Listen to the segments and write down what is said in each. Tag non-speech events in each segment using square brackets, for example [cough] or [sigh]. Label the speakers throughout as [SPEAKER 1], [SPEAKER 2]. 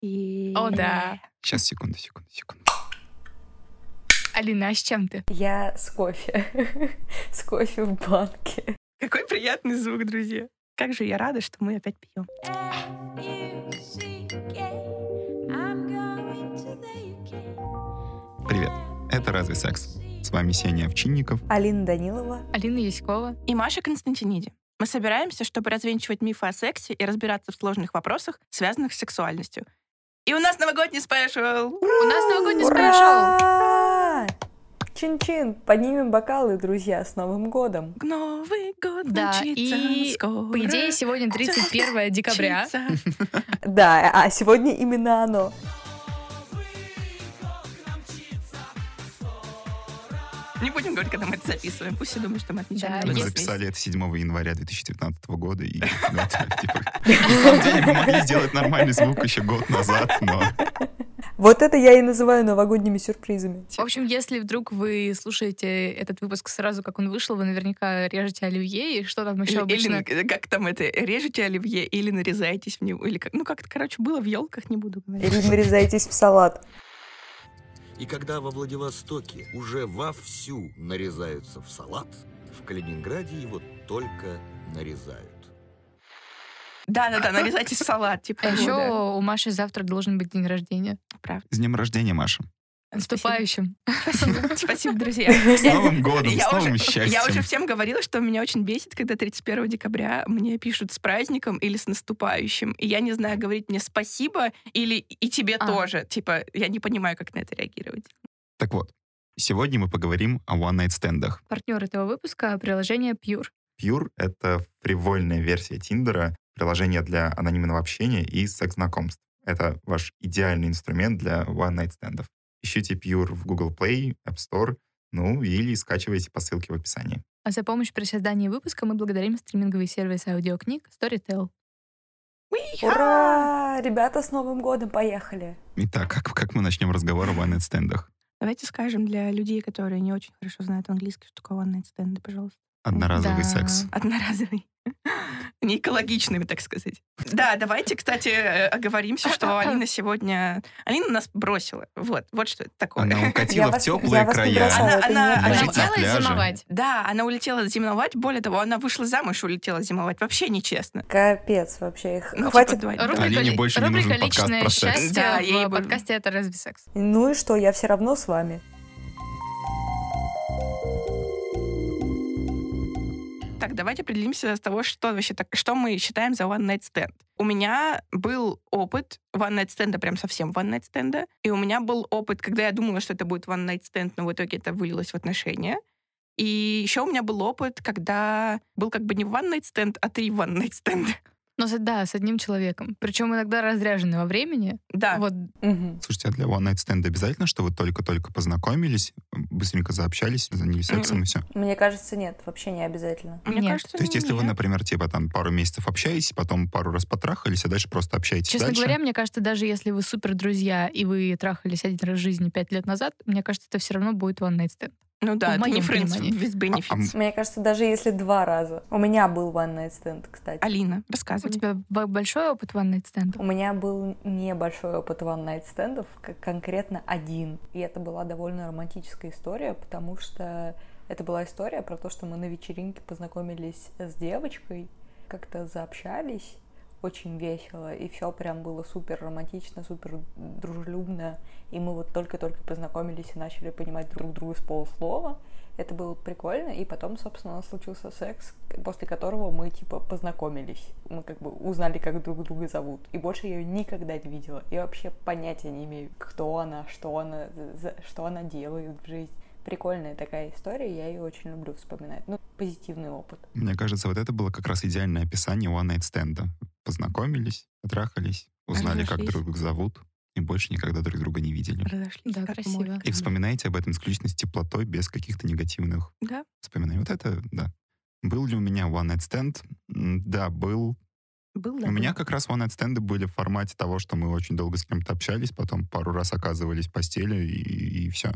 [SPEAKER 1] И...
[SPEAKER 2] О, да.
[SPEAKER 3] Сейчас, секунду, секунду, секунду.
[SPEAKER 2] Алина, а с чем ты?
[SPEAKER 4] Я с кофе. [laughs] с кофе в банке.
[SPEAKER 1] Какой приятный звук, друзья. Как же я рада, что мы опять пьем.
[SPEAKER 3] Привет. Это «Разве секс?». С вами Сеня Овчинников.
[SPEAKER 4] Алина Данилова.
[SPEAKER 2] Алина Яськова.
[SPEAKER 1] И Маша Константиниди. Мы собираемся, чтобы развенчивать мифы о сексе и разбираться в сложных вопросах, связанных с сексуальностью. И у нас новогодний спешл!
[SPEAKER 2] У нас новогодний спешл.
[SPEAKER 4] Ура! Чин-чин, поднимем бокалы, друзья, с Новым годом.
[SPEAKER 1] Новый год
[SPEAKER 2] Да,
[SPEAKER 1] начнется
[SPEAKER 2] и
[SPEAKER 1] скоро.
[SPEAKER 2] По идее, сегодня 31 декабря.
[SPEAKER 1] Начнется.
[SPEAKER 4] Да, а сегодня именно оно.
[SPEAKER 1] Не будем говорить, когда мы это записываем. Пусть все думают, что мы отмечаем.
[SPEAKER 2] Да,
[SPEAKER 3] Мы
[SPEAKER 1] Новый год
[SPEAKER 2] Если-
[SPEAKER 3] записали это 7 января 2019 года. И, да, так, типа, на самом деле мы могли сделать нормальный звук еще год назад, но...
[SPEAKER 4] Вот это я и называю новогодними сюрпризами.
[SPEAKER 2] В общем, если вдруг вы слушаете этот выпуск сразу, как он вышел, вы наверняка режете оливье и что там еще
[SPEAKER 1] Или-
[SPEAKER 2] обычно.
[SPEAKER 1] Или, э, как там это, режете оливье или нарезаетесь в него, или как, ну как-то, короче, было в елках, не буду говорить.
[SPEAKER 4] Или нарезаетесь в салат.
[SPEAKER 5] И когда во Владивостоке уже вовсю нарезаются в салат, в Калининграде его только нарезают.
[SPEAKER 1] Да-да-да, нарезайтесь в салат, типа
[SPEAKER 2] А
[SPEAKER 1] того,
[SPEAKER 2] еще
[SPEAKER 1] да.
[SPEAKER 2] у Маши завтра должен быть день рождения.
[SPEAKER 1] Правда.
[SPEAKER 3] С днем рождения, Маша.
[SPEAKER 2] Наступающим.
[SPEAKER 1] Спасибо, спасибо, друзья.
[SPEAKER 3] С Новым годом,
[SPEAKER 1] Я
[SPEAKER 3] с новым
[SPEAKER 1] уже,
[SPEAKER 3] счастьем.
[SPEAKER 1] я уже всем говорила, что меня очень бесит, когда 31 декабря мне пишут с праздником или с наступающим. И я не знаю, говорить мне спасибо или и тебе
[SPEAKER 2] А.
[SPEAKER 1] тоже. Типа, я не понимаю, как на это реагировать.
[SPEAKER 3] Так вот, сегодня мы поговорим о one-night-стендах.
[SPEAKER 2] Партнер этого выпуска — приложение Pure.
[SPEAKER 3] Pure — это фривольная версия Тиндера, приложение для анонимного общения и секс-знакомств. Это ваш идеальный инструмент для one-night-стендов. Ищите Pure в Google Play, App Store, ну или скачивайте по ссылке в описании.
[SPEAKER 2] А за помощь при создании выпуска мы благодарим стриминговый сервис аудиокниг Storytel.
[SPEAKER 4] [laughs] Ура! Ребята, с Новым годом, поехали.
[SPEAKER 3] Итак, как, как мы начнем разговор о one-night-стендах?
[SPEAKER 1] Давайте скажем для людей, которые не очень хорошо знают английский, что такое one night stand, пожалуйста.
[SPEAKER 3] Одноразовый
[SPEAKER 2] Да.
[SPEAKER 3] секс.
[SPEAKER 1] Одноразовый. [laughs] Не экологичными, так сказать. Да, давайте, кстати, э, оговоримся, что Алина сегодня... Алина нас бросила. Вот, вот что это такое.
[SPEAKER 3] Она укатила
[SPEAKER 4] Я
[SPEAKER 3] в
[SPEAKER 4] вас не-
[SPEAKER 3] теплые
[SPEAKER 4] я вас не
[SPEAKER 3] края.
[SPEAKER 4] бросала,
[SPEAKER 1] Она-
[SPEAKER 4] это не
[SPEAKER 1] она-
[SPEAKER 4] я.
[SPEAKER 1] она
[SPEAKER 3] Лежит на
[SPEAKER 2] улетела
[SPEAKER 3] пляже.
[SPEAKER 2] зимовать.
[SPEAKER 1] Да, она улетела зимовать. Более того, она вышла замуж и улетела зимовать. Вообще нечестно.
[SPEAKER 4] Капец вообще их.
[SPEAKER 1] Ну, типа,
[SPEAKER 4] Хватит.
[SPEAKER 1] давай.
[SPEAKER 2] Рубрика,
[SPEAKER 3] Алине больше не
[SPEAKER 2] рубрика
[SPEAKER 3] нужен подкаст
[SPEAKER 2] «Личное
[SPEAKER 3] про секс».
[SPEAKER 2] счастье»
[SPEAKER 1] Да,
[SPEAKER 2] в
[SPEAKER 1] ей бы-
[SPEAKER 2] подкасте «Это разве секс?».
[SPEAKER 4] Ну и что, я все равно с вами.
[SPEAKER 1] Так, давайте определимся с того, что вообще так, что мы считаем за one night stand. У меня был опыт one night stand, прям совсем one night stand, и у меня был опыт, когда я думала, что это будет one night stand, но в итоге это вылилось в отношения. И еще у меня был опыт, когда был как бы не one night stand, а три one night stand. [laughs]
[SPEAKER 2] Но Ну, с- да, с одним человеком. Причем иногда разряжены во времени.
[SPEAKER 1] Да.
[SPEAKER 2] Вот
[SPEAKER 4] Мгм.
[SPEAKER 3] Слушайте, а для one-night стенда обязательно, что вы только-только познакомились, быстренько заобщались, занялись сексом и все?
[SPEAKER 4] Мне кажется, нет, вообще не обязательно.
[SPEAKER 1] Мне
[SPEAKER 2] Нет.
[SPEAKER 1] кажется, ну,
[SPEAKER 3] То есть, если вы,
[SPEAKER 1] нет.
[SPEAKER 3] например, типа там пару месяцев общаетесь, потом пару раз потрахались, а дальше просто общаетесь
[SPEAKER 2] Честно
[SPEAKER 3] дальше.
[SPEAKER 2] говоря, мне кажется, даже если вы супер друзья и вы трахались один раз в жизни пять лет назад, мне кажется, это все равно будет one night stand.
[SPEAKER 1] Ну да,
[SPEAKER 2] в
[SPEAKER 1] это не
[SPEAKER 2] моем
[SPEAKER 1] friends
[SPEAKER 2] понимании.
[SPEAKER 1] with
[SPEAKER 3] А,
[SPEAKER 1] benefits.
[SPEAKER 4] Мне кажется, даже если два раза. У меня был one night stand, кстати.
[SPEAKER 1] Алина,
[SPEAKER 2] У
[SPEAKER 1] рассказывай.
[SPEAKER 2] тебя б- большой опыт one night stand?
[SPEAKER 4] У меня был небольшой опыт one-night стендов, как конкретно один. И это была довольно романтическая история, потому что это была история про то, что мы на вечеринке познакомились с девочкой, как-то заобщались очень весело, и все прям было супер романтично, супер дружелюбно, и мы вот только-только познакомились и начали понимать друг друга с полуслова. Это было прикольно, и потом, собственно, у нас случился секс, к- после которого мы, типа, познакомились. Мы как бы узнали, как друг друга зовут. И больше я ее никогда не видела. Я вообще понятия не имею, кто она, что она, за- что она делает в жизни. Прикольная такая история, я ее очень люблю вспоминать. Ну, позитивный опыт.
[SPEAKER 3] Мне кажется, вот это было как раз идеальное описание one-night стенда. Познакомились, потрахались, узнали, как
[SPEAKER 1] Разошлись.
[SPEAKER 3] друг друга зовут, и больше никогда друг друга не видели.
[SPEAKER 1] Разошлись,
[SPEAKER 2] Да,
[SPEAKER 1] как
[SPEAKER 2] красиво.
[SPEAKER 1] море.
[SPEAKER 3] И вспоминаете об этом исключительно с теплотой, без каких-то негативных
[SPEAKER 1] Да.
[SPEAKER 3] вспоминаний. Вот это, да. Был ли у меня one-night stand? М, Да, был.
[SPEAKER 1] Был, да,
[SPEAKER 3] У
[SPEAKER 1] был.
[SPEAKER 3] меня как раз one-night стенды были в формате того, что мы очень долго с кем-то общались, потом пару раз оказывались в постели и, все.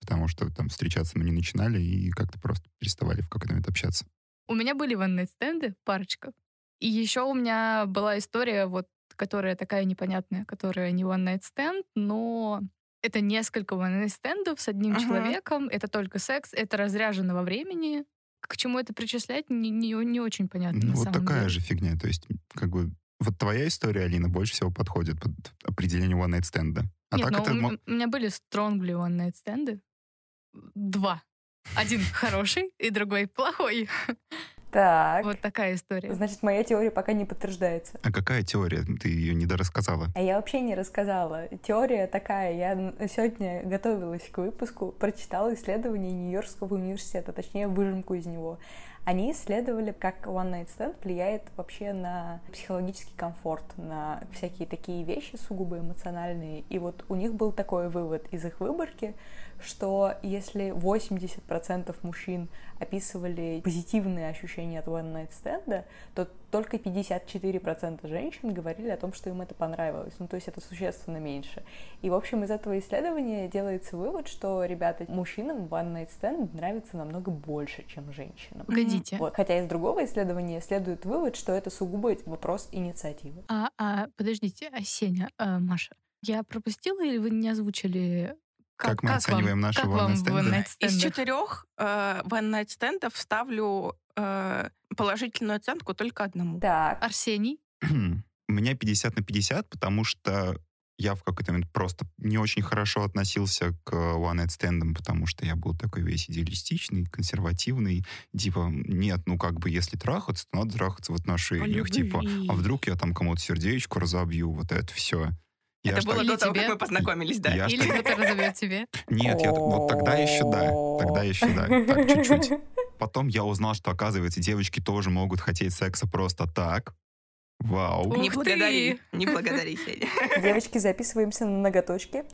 [SPEAKER 3] Потому что там встречаться мы не начинали и как-то просто переставали в какой-то момент общаться.
[SPEAKER 2] У меня были one night стенды, парочка. И еще у меня была история вот которая такая непонятная, которая не one night stand, но это несколько one night стендов с одним
[SPEAKER 1] Ага.
[SPEAKER 2] человеком, это только секс, это разряжено во времени. К чему это причислять, не, не- не очень понятно.
[SPEAKER 3] Ну,
[SPEAKER 2] на
[SPEAKER 3] вот
[SPEAKER 2] самом
[SPEAKER 3] такая
[SPEAKER 2] деле.
[SPEAKER 3] же фигня. То есть, как бы, вот твоя история, Алина, больше всего подходит под определение one night стенда. А
[SPEAKER 2] Нет,
[SPEAKER 3] так
[SPEAKER 2] но
[SPEAKER 3] это...
[SPEAKER 2] у, м-
[SPEAKER 3] мо-
[SPEAKER 2] у меня были стронгли one night стенды. Два.
[SPEAKER 3] [laughs]
[SPEAKER 2] Один хороший и другой плохой.
[SPEAKER 4] Так.
[SPEAKER 2] Вот такая история.
[SPEAKER 4] Значит, моя теория пока не подтверждается.
[SPEAKER 3] А какая теория? Ты ее не дорассказала.
[SPEAKER 4] А я вообще не рассказала. Теория такая. Я н- сегодня готовилась к выпуску, прочитала исследование Нью-Йоркского университета, точнее, выжимку из него. Они исследовали, как One Night Stand влияет вообще на психологический комфорт, на всякие такие вещи сугубо эмоциональные. И вот у них был такой вывод из их выборки, что если 80% мужчин описывали позитивные ощущения от One Night Stand, то только 54% женщин говорили о том, что им это понравилось. Ну, то есть это существенно меньше. И, в общем, из этого исследования делается вывод, что, ребята, мужчинам One Night Stand нравится намного больше, чем женщинам.
[SPEAKER 2] Погодите.
[SPEAKER 4] Вот. Хотя из другого исследования следует вывод, что это сугубо вопрос инициативы.
[SPEAKER 2] А, а, подождите, а, Сеня, а, Маша, я пропустила или вы не озвучили?
[SPEAKER 3] Как мы оцениваем
[SPEAKER 2] вам-
[SPEAKER 3] наши
[SPEAKER 2] как
[SPEAKER 3] one
[SPEAKER 2] вам
[SPEAKER 3] night
[SPEAKER 2] в
[SPEAKER 3] stand'ы?
[SPEAKER 2] one night
[SPEAKER 1] Из
[SPEAKER 2] stand'ах?
[SPEAKER 1] четырех э, One Night стендов ставлю э, положительную оценку только одному.
[SPEAKER 4] Так,
[SPEAKER 2] Арсений?
[SPEAKER 3] [clears throat] у меня 50 на 50, потому что я в какой-то момент просто не очень хорошо относился к One Night Stand, потому что я был такой весь идеалистичный, консервативный. Типа, нет, ну как бы, если трахаться, то надо
[SPEAKER 1] А
[SPEAKER 3] трахаться в отношениях. Типа, а вдруг я там кому-то сердечко разобью, вот это все. Я
[SPEAKER 1] Это
[SPEAKER 3] ж
[SPEAKER 1] было
[SPEAKER 3] так-
[SPEAKER 2] Или
[SPEAKER 1] до того,
[SPEAKER 2] тебе?
[SPEAKER 1] как мы познакомились, да.
[SPEAKER 3] Я ж
[SPEAKER 2] Или
[SPEAKER 3] так-
[SPEAKER 2] кто-то разовьет тебе?
[SPEAKER 3] [laughs] Нет, я... вот тогда еще да, тогда еще да, так, чуть-чуть.
[SPEAKER 1] [laughs]
[SPEAKER 3] Потом я узнал, что, оказывается, девочки тоже могут хотеть секса просто так. Вау.
[SPEAKER 1] Не
[SPEAKER 2] Ух
[SPEAKER 1] благодари, не
[SPEAKER 2] [laughs]
[SPEAKER 1] благодари, Сеня.
[SPEAKER 4] [laughs] Девочки, записываемся на ноготочки.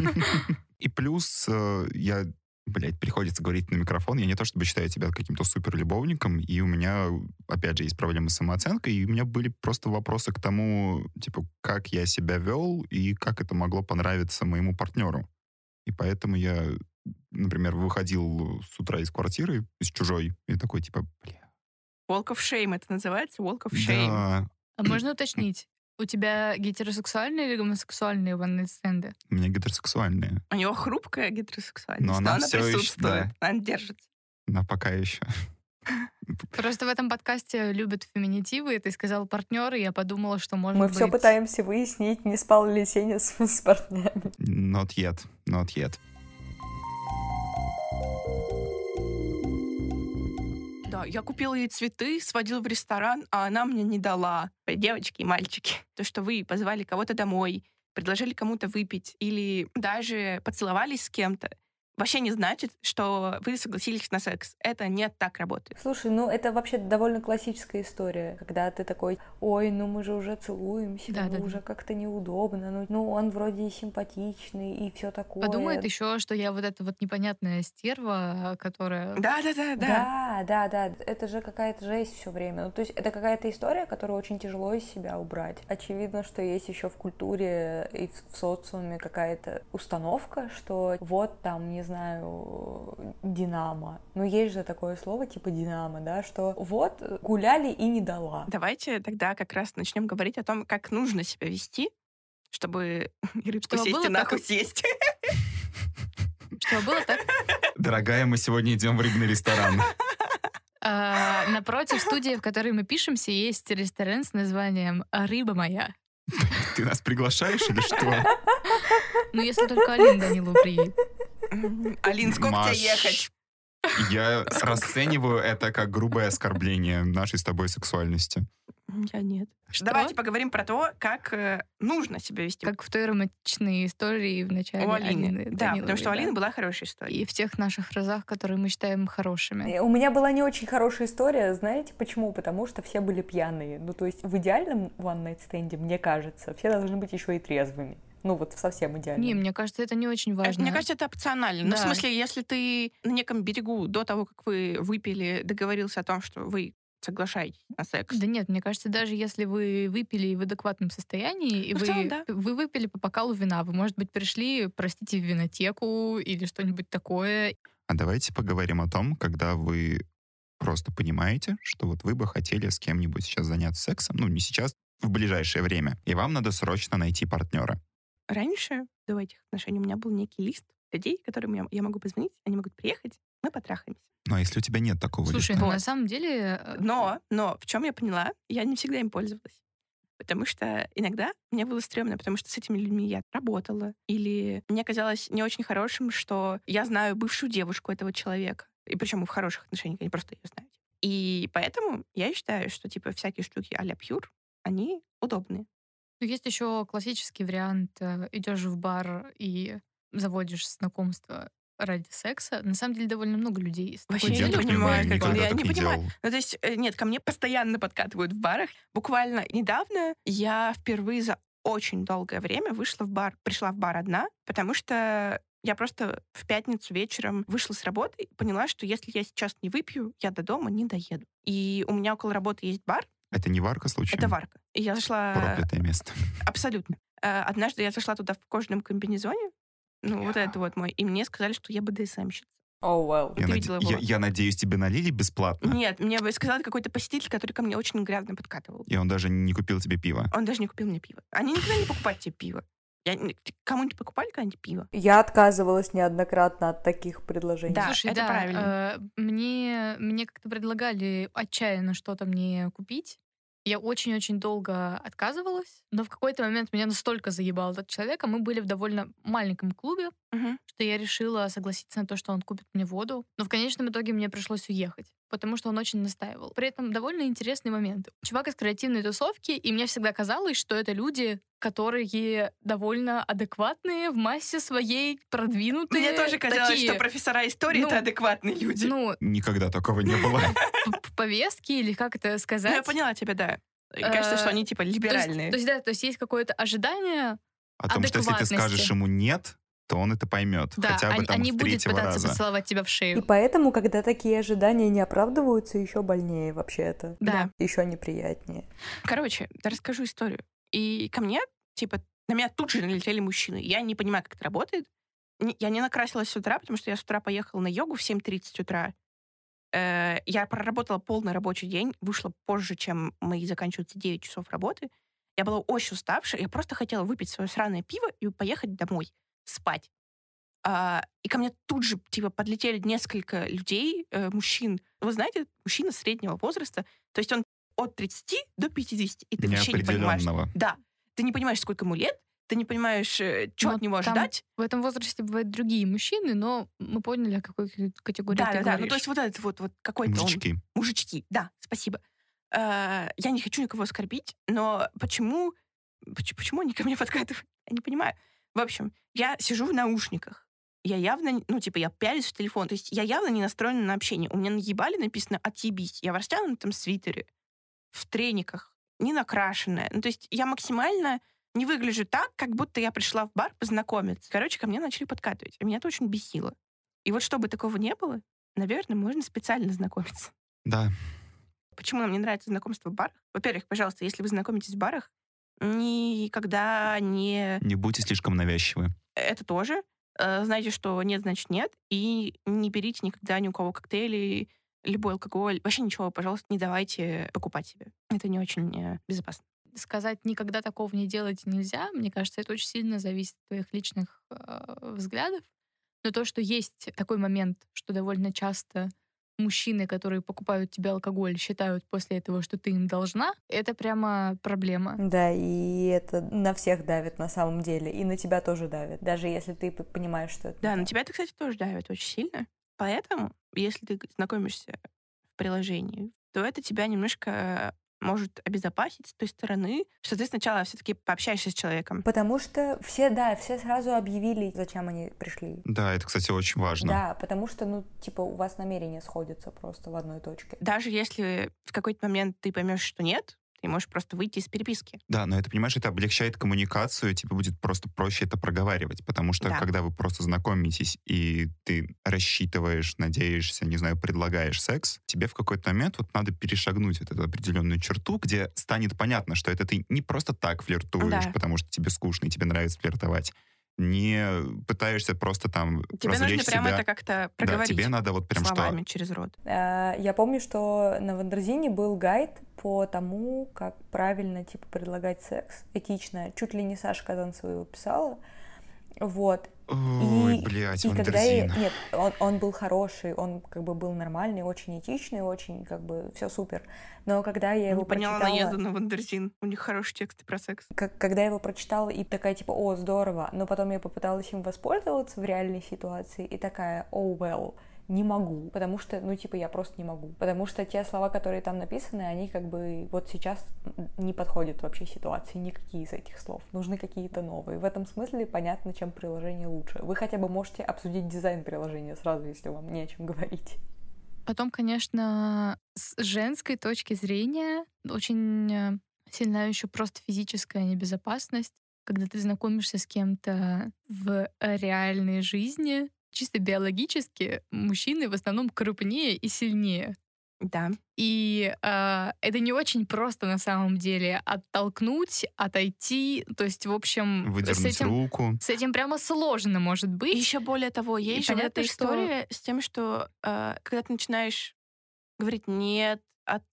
[SPEAKER 3] [laughs] И плюс э, я, блядь, приходится говорить на микрофон. Я не то чтобы считаю тебя каким-то суперлюбовником, и у меня, опять же, есть проблемы с самооценкой, и у меня были просто вопросы к тому, типа, как я себя вел и как это могло понравиться моему партнеру. И поэтому я, например, выходил с утра из квартиры, из чужой, и такой, типа, бля,
[SPEAKER 1] Walk of shame это называется, walk of shame.
[SPEAKER 3] да, [laughs]
[SPEAKER 2] А можно уточнить? У тебя гетеросексуальные или гомосексуальные one night стенды?
[SPEAKER 3] у меня гетеросексуальные.
[SPEAKER 1] У него хрупкая гетеросексуальность,
[SPEAKER 3] Но
[SPEAKER 1] но,
[SPEAKER 3] она
[SPEAKER 1] она
[SPEAKER 3] всё ещё,
[SPEAKER 1] присутствует, она держится.
[SPEAKER 3] Но пока еще.
[SPEAKER 2] Просто в этом подкасте любят феминитивы, и ты сказал партнер, и я подумала, что может
[SPEAKER 4] Мы
[SPEAKER 2] быть...
[SPEAKER 4] все пытаемся выяснить, не спал ли Сеня с, [laughs] с парнями.
[SPEAKER 3] [laughs] Not yet, not yet.
[SPEAKER 1] Да, я купила ей цветы, сводила в ресторан, а она мне не дала. Девочки и мальчики, то, что вы позвали кого-то домой, предложили кому-то выпить или даже поцеловались с кем-то, вообще не значит, что вы согласились на секс. Это не так работает.
[SPEAKER 4] Слушай, ну это вообще довольно классическая история, когда ты такой, ой, ну мы же уже целуемся,
[SPEAKER 2] Да,
[SPEAKER 4] ну
[SPEAKER 2] да, да.
[SPEAKER 4] уже как-то неудобно, ну, ну он вроде и симпатичный, и все такое.
[SPEAKER 2] Подумает еще, что я вот эта вот непонятная стерва, а, которая...
[SPEAKER 1] Да-да-да. да.
[SPEAKER 4] Да, да, да, это же какая-то жесть все время. Ну, то есть это какая-то история, которую очень тяжело из себя убрать. Очевидно, что есть еще в культуре и в- в социуме какая-то установка, что вот там, не знаю, динамо. Ну, есть же такое слово типа динамо, да, что вот гуляли и не дала.
[SPEAKER 1] Давайте тогда как раз начнем говорить о том, как нужно себя вести, чтобы [laughs] и рыбку
[SPEAKER 2] Чтобы
[SPEAKER 1] сесть,
[SPEAKER 2] было
[SPEAKER 1] и нахуй
[SPEAKER 2] так-
[SPEAKER 1] съесть.
[SPEAKER 2] Что было так?
[SPEAKER 3] Дорогая, мы сегодня идем в рыбный ресторан.
[SPEAKER 2] А, Напротив студии, в которой мы пишемся, есть ресторан с названием «Рыба моя».
[SPEAKER 3] Ты нас приглашаешь или что?
[SPEAKER 2] Ну, если только Алина Данилову приедет.
[SPEAKER 1] М, [laughs] Алин, сколько
[SPEAKER 3] Маш,
[SPEAKER 1] тебе ехать?
[SPEAKER 3] Я расцениваю это как грубое оскорбление нашей с тобой сексуальности.
[SPEAKER 1] Я нет.
[SPEAKER 2] Что?
[SPEAKER 1] Давайте поговорим про то, как э, нужно себя вести.
[SPEAKER 2] Как в той романтичной истории в начале
[SPEAKER 1] у Алины. да,
[SPEAKER 2] Даниловой,
[SPEAKER 1] потому что у
[SPEAKER 2] да.
[SPEAKER 1] Алины была хорошая история.
[SPEAKER 2] И в тех наших разах, которые мы считаем хорошими.
[SPEAKER 4] Э, У меня была не очень хорошая история, знаете почему? Потому что все были пьяные. Ну, то есть в идеальном One Night стенде, мне кажется, все должны быть еще и трезвыми. Ну, вот совсем идеально.
[SPEAKER 2] Не, мне кажется, это не очень
[SPEAKER 1] Э,
[SPEAKER 2] важно.
[SPEAKER 1] Мне кажется, это опционально. Ну, в
[SPEAKER 2] Да.
[SPEAKER 1] смысле, если ты на неком берегу до того, как вы выпили, договорился о том, что вы соглашаетесь на секс.
[SPEAKER 2] Да нет, мне кажется, даже если вы выпили и в адекватном состоянии, и
[SPEAKER 1] Ну, в
[SPEAKER 2] вы,
[SPEAKER 1] целом, да.
[SPEAKER 2] вы выпили по бокалу вина, вы, может быть, пришли, простите, в винотеку или что-нибудь такое.
[SPEAKER 3] А давайте поговорим о том, когда вы просто понимаете, что вот вы бы хотели с кем-нибудь сейчас заняться сексом. Ну, не сейчас, в ближайшее время, и вам надо срочно найти партнера.
[SPEAKER 1] Раньше до этих отношений у меня был некий лист людей, которым я, я могу позвонить, они могут приехать, мы потрахаемся.
[SPEAKER 3] Но если у тебя нет такого
[SPEAKER 2] Слушай,
[SPEAKER 3] листа,
[SPEAKER 2] ну
[SPEAKER 1] Вот.
[SPEAKER 2] на самом деле... э,
[SPEAKER 1] Но, но в чем я поняла, я не всегда им пользовалась. Потому что иногда мне было стрёмно, потому что с этими людьми я работала. Или мне казалось не очень хорошим, что я знаю бывшую девушку этого человека. И причем в хороших отношениях, я не просто ее знаю. И поэтому я считаю, что типа всякие штуки а-ля пьюр, они удобные.
[SPEAKER 2] Ну, Есть еще классический вариант. э, Идешь в бар и заводишь знакомство ради секса. На самом деле довольно много людей с такой
[SPEAKER 1] Вообще, я
[SPEAKER 3] я
[SPEAKER 1] не
[SPEAKER 3] так
[SPEAKER 2] целью.
[SPEAKER 3] не
[SPEAKER 1] понимаю,
[SPEAKER 3] умею,
[SPEAKER 1] как
[SPEAKER 3] никогда
[SPEAKER 1] я
[SPEAKER 3] так
[SPEAKER 1] не
[SPEAKER 3] не
[SPEAKER 1] понимаю.
[SPEAKER 3] делал.
[SPEAKER 1] Ну, то есть, э, нет, ко мне постоянно подкатывают в барах. Буквально недавно я впервые за очень долгое время вышла в бар, пришла в бар одна, потому что я просто в пятницу вечером вышла с работы и поняла, что если я сейчас не выпью, я до дома не доеду. И у меня около работы есть бар,
[SPEAKER 3] Это не варка случайно?
[SPEAKER 1] это варка. И я зашла...
[SPEAKER 3] Проклятое место.
[SPEAKER 1] Абсолютно. Э, Однажды я зашла туда в кожаном комбинезоне, ну, вот это вот мой, и мне сказали, что я БДСМщица.
[SPEAKER 4] О, well.
[SPEAKER 1] ты
[SPEAKER 3] Я, наде-
[SPEAKER 1] видела
[SPEAKER 3] я-
[SPEAKER 1] его?
[SPEAKER 3] я надеюсь, тебе налили бесплатно,
[SPEAKER 1] Нет, мне бы сказал какой-то посетитель, который ко мне очень грязно подкатывал.
[SPEAKER 3] и он даже не купил тебе пиво.
[SPEAKER 1] Он даже не купил мне пиво. Они никогда не покупают тебе пиво. Я не- ты Кому-нибудь покупали когда-нибудь пиво?
[SPEAKER 4] Я отказывалась неоднократно от таких предложений.
[SPEAKER 1] Да,
[SPEAKER 2] Слушай,
[SPEAKER 1] это
[SPEAKER 2] да,
[SPEAKER 1] правильно.
[SPEAKER 2] э, мне, мне как-то предлагали отчаянно что-то мне купить. Я очень-очень долго отказывалась, но в какой-то момент меня настолько заебал этот человек, а мы были в довольно маленьком клубе, что я решила согласиться на то, что он купит мне воду. Но в конечном итоге мне пришлось уехать, потому что он очень настаивал. При этом довольно интересный момент. Чувак из креативной тусовки, и мне всегда казалось, что это люди, которые довольно адекватные в массе своей, продвинутые.
[SPEAKER 1] Мне тоже казалось,
[SPEAKER 2] Ну, такие,
[SPEAKER 1] что профессора истории
[SPEAKER 2] ну,
[SPEAKER 1] это адекватные люди. Ну,
[SPEAKER 2] ну,
[SPEAKER 3] Никогда такого не
[SPEAKER 2] [laughs]
[SPEAKER 3] было.
[SPEAKER 2] п- в повестке, или как это сказать.
[SPEAKER 1] Ну, я поняла тебя, да. И Кажется,
[SPEAKER 2] Э,
[SPEAKER 1] что они типа
[SPEAKER 2] То есть,
[SPEAKER 1] либеральные.
[SPEAKER 2] то есть, да, то есть есть какое-то ожидание,
[SPEAKER 3] О том, что если ты скажешь ему «нет», то он это поймет.
[SPEAKER 2] да,
[SPEAKER 3] хотя бы
[SPEAKER 2] они,
[SPEAKER 3] там
[SPEAKER 2] они
[SPEAKER 3] в
[SPEAKER 2] будут
[SPEAKER 3] третьего
[SPEAKER 2] пытаться
[SPEAKER 3] раза.
[SPEAKER 2] поцеловать тебя в
[SPEAKER 4] И
[SPEAKER 2] шею.
[SPEAKER 4] поэтому, когда такие ожидания не оправдываются, еще больнее вообще это.
[SPEAKER 2] Да.
[SPEAKER 4] Еще неприятнее.
[SPEAKER 1] Короче, да расскажу историю. И ко мне, типа, на меня тут же налетели мужчины. Я не понимаю, как это работает. Не- Я не накрасилась с утра, потому что я с утра поехала на йогу в 7.30 утра. Э, Я проработала полный рабочий день, вышла позже, чем мои заканчиваются 9 часов работы. Я была очень уставшая, я просто хотела выпить свое сраное пиво и поехать домой, спать. А, и ко мне тут же, типа, подлетели несколько людей, э, мужчин. Вы знаете, мужчина среднего возраста, то есть он от 30 до 50, и ты вообще не понимаешь.
[SPEAKER 3] Неопределенного.
[SPEAKER 1] Да, ты не понимаешь, сколько ему лет, ты не понимаешь, что
[SPEAKER 2] Но
[SPEAKER 1] от него
[SPEAKER 2] Ну, там
[SPEAKER 1] ожидать.
[SPEAKER 2] В этом возрасте бывают другие мужчины, но мы поняли, о какой к- категории
[SPEAKER 1] Да,
[SPEAKER 2] ты
[SPEAKER 1] да, да. Ну,
[SPEAKER 2] говоришь.
[SPEAKER 1] то есть вот этот вот, вот какой-то он
[SPEAKER 3] Мужички.
[SPEAKER 1] мужички, да, спасибо. Э, Я не хочу никого оскорбить, но почему, поч- почему они ко мне [laughs] подкатывают? Я не понимаю. В общем, я сижу в наушниках. Я явно, не- ну, типа, я пялюсь в телефон. То есть я явно не настроена на общение. У меня на ебале написано «отъебись». Я в растянутом свитере, в трениках, не накрашенная. Ну, то есть я максимально не выгляжу так, как будто я пришла в бар познакомиться. Короче, ко мне начали подкатывать. И Меня это очень бесило. И вот чтобы такого не было, наверное, можно специально знакомиться.
[SPEAKER 3] Да.
[SPEAKER 1] Почему нам не нравится знакомство в барах? Во-первых, пожалуйста, если вы знакомитесь в барах, никогда не...
[SPEAKER 3] Не будьте слишком навязчивы.
[SPEAKER 1] Это тоже. Э, Знайте, что нет, значит нет. И не берите никогда ни у кого коктейли, любой алкоголь. Вообще ничего, пожалуйста, не давайте покупать себе. Это не очень э, безопасно.
[SPEAKER 2] Сказать никогда такого не делать нельзя. Мне кажется, это очень сильно зависит от твоих личных э, взглядов. Но то, что есть такой момент, что довольно часто мужчины, которые покупают тебе алкоголь, считают после этого, что ты им должна, это прямо проблема.
[SPEAKER 4] Да, и это на всех давит на самом деле. И на тебя тоже давит. Даже если ты п- понимаешь, что это... не
[SPEAKER 1] Да,
[SPEAKER 4] так.
[SPEAKER 1] на тебя это, кстати, тоже давит очень сильно. Поэтому, если ты знакомишься в приложении, то это тебя немножко может обезопасить с той стороны, что ты сначала все-таки пообщаешься с человеком.
[SPEAKER 4] Потому что все, да, все сразу объявили, зачем они пришли.
[SPEAKER 3] Да, это, кстати, очень важно.
[SPEAKER 4] Да, потому что, ну, типа, у вас намерения сходятся просто в одной точке.
[SPEAKER 1] даже если в какой-то момент ты поймешь, что нет, ты можешь просто выйти из переписки.
[SPEAKER 3] Да, но это, понимаешь, это облегчает коммуникацию, тебе будет просто проще это проговаривать, потому что
[SPEAKER 1] Да.
[SPEAKER 3] когда вы просто знакомитесь и ты рассчитываешь, надеешься, не знаю, предлагаешь секс, тебе в какой-то момент вот надо перешагнуть вот эту определенную черту, где станет понятно, что это ты не просто так флиртуешь,
[SPEAKER 1] Да.
[SPEAKER 3] потому что тебе скучно и тебе нравится флиртовать, не пытаешься просто там
[SPEAKER 1] Тебе нужно
[SPEAKER 3] развлечь
[SPEAKER 1] прямо
[SPEAKER 3] себя.
[SPEAKER 1] это как-то
[SPEAKER 3] да,
[SPEAKER 1] проговорить
[SPEAKER 3] тебе надо вот прям
[SPEAKER 1] словами
[SPEAKER 3] что...
[SPEAKER 1] через рот.
[SPEAKER 4] Э, Я помню, что на Вандерзине был гайд по тому, как правильно, типа, предлагать секс, этично. Чуть ли не Саша Казанцева его писала. Вот.
[SPEAKER 3] Ой,
[SPEAKER 4] И-
[SPEAKER 3] блядь,
[SPEAKER 4] и когда я...
[SPEAKER 3] Вандерзин.
[SPEAKER 4] Нет, он, он был хороший, он как бы был нормальный, очень этичный, очень как бы все супер. Но когда я его
[SPEAKER 1] Не поняла
[SPEAKER 4] прочитала...
[SPEAKER 1] наезда на Вандерзин. У них хорошие тексты про секс.
[SPEAKER 4] как- когда я его прочитала и такая типа, о, здорово, но потом я попыталась им воспользоваться в реальной ситуации и такая, о, well, не могу, потому что, ну, типа, я просто не могу, потому что те слова, которые там написаны, они как бы вот сейчас не подходят вообще ситуации, никакие из этих слов, нужны какие-то новые. В этом смысле понятно, чем приложение лучше. Вы хотя бы можете обсудить дизайн приложения сразу, если вам не о чем говорить.
[SPEAKER 2] Потом, конечно, с женской точки зрения очень э, сильна еще просто физическая небезопасность, когда ты знакомишься с кем-то в э, реальной жизни. Чисто биологически мужчины в основном крупнее и сильнее.
[SPEAKER 1] Да.
[SPEAKER 2] И э, это не очень просто на самом деле оттолкнуть, отойти. То есть, в общем, с
[SPEAKER 3] Выдернуть
[SPEAKER 2] этим,
[SPEAKER 3] руку.
[SPEAKER 2] с этим прямо сложно может
[SPEAKER 1] И
[SPEAKER 2] быть.
[SPEAKER 1] еще более того, есть же вот
[SPEAKER 2] понятно,
[SPEAKER 1] эта
[SPEAKER 2] что-
[SPEAKER 1] история с тем, что э, когда ты начинаешь говорить нет,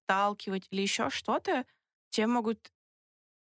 [SPEAKER 1] отталкивать или еще что-то, тебе могут,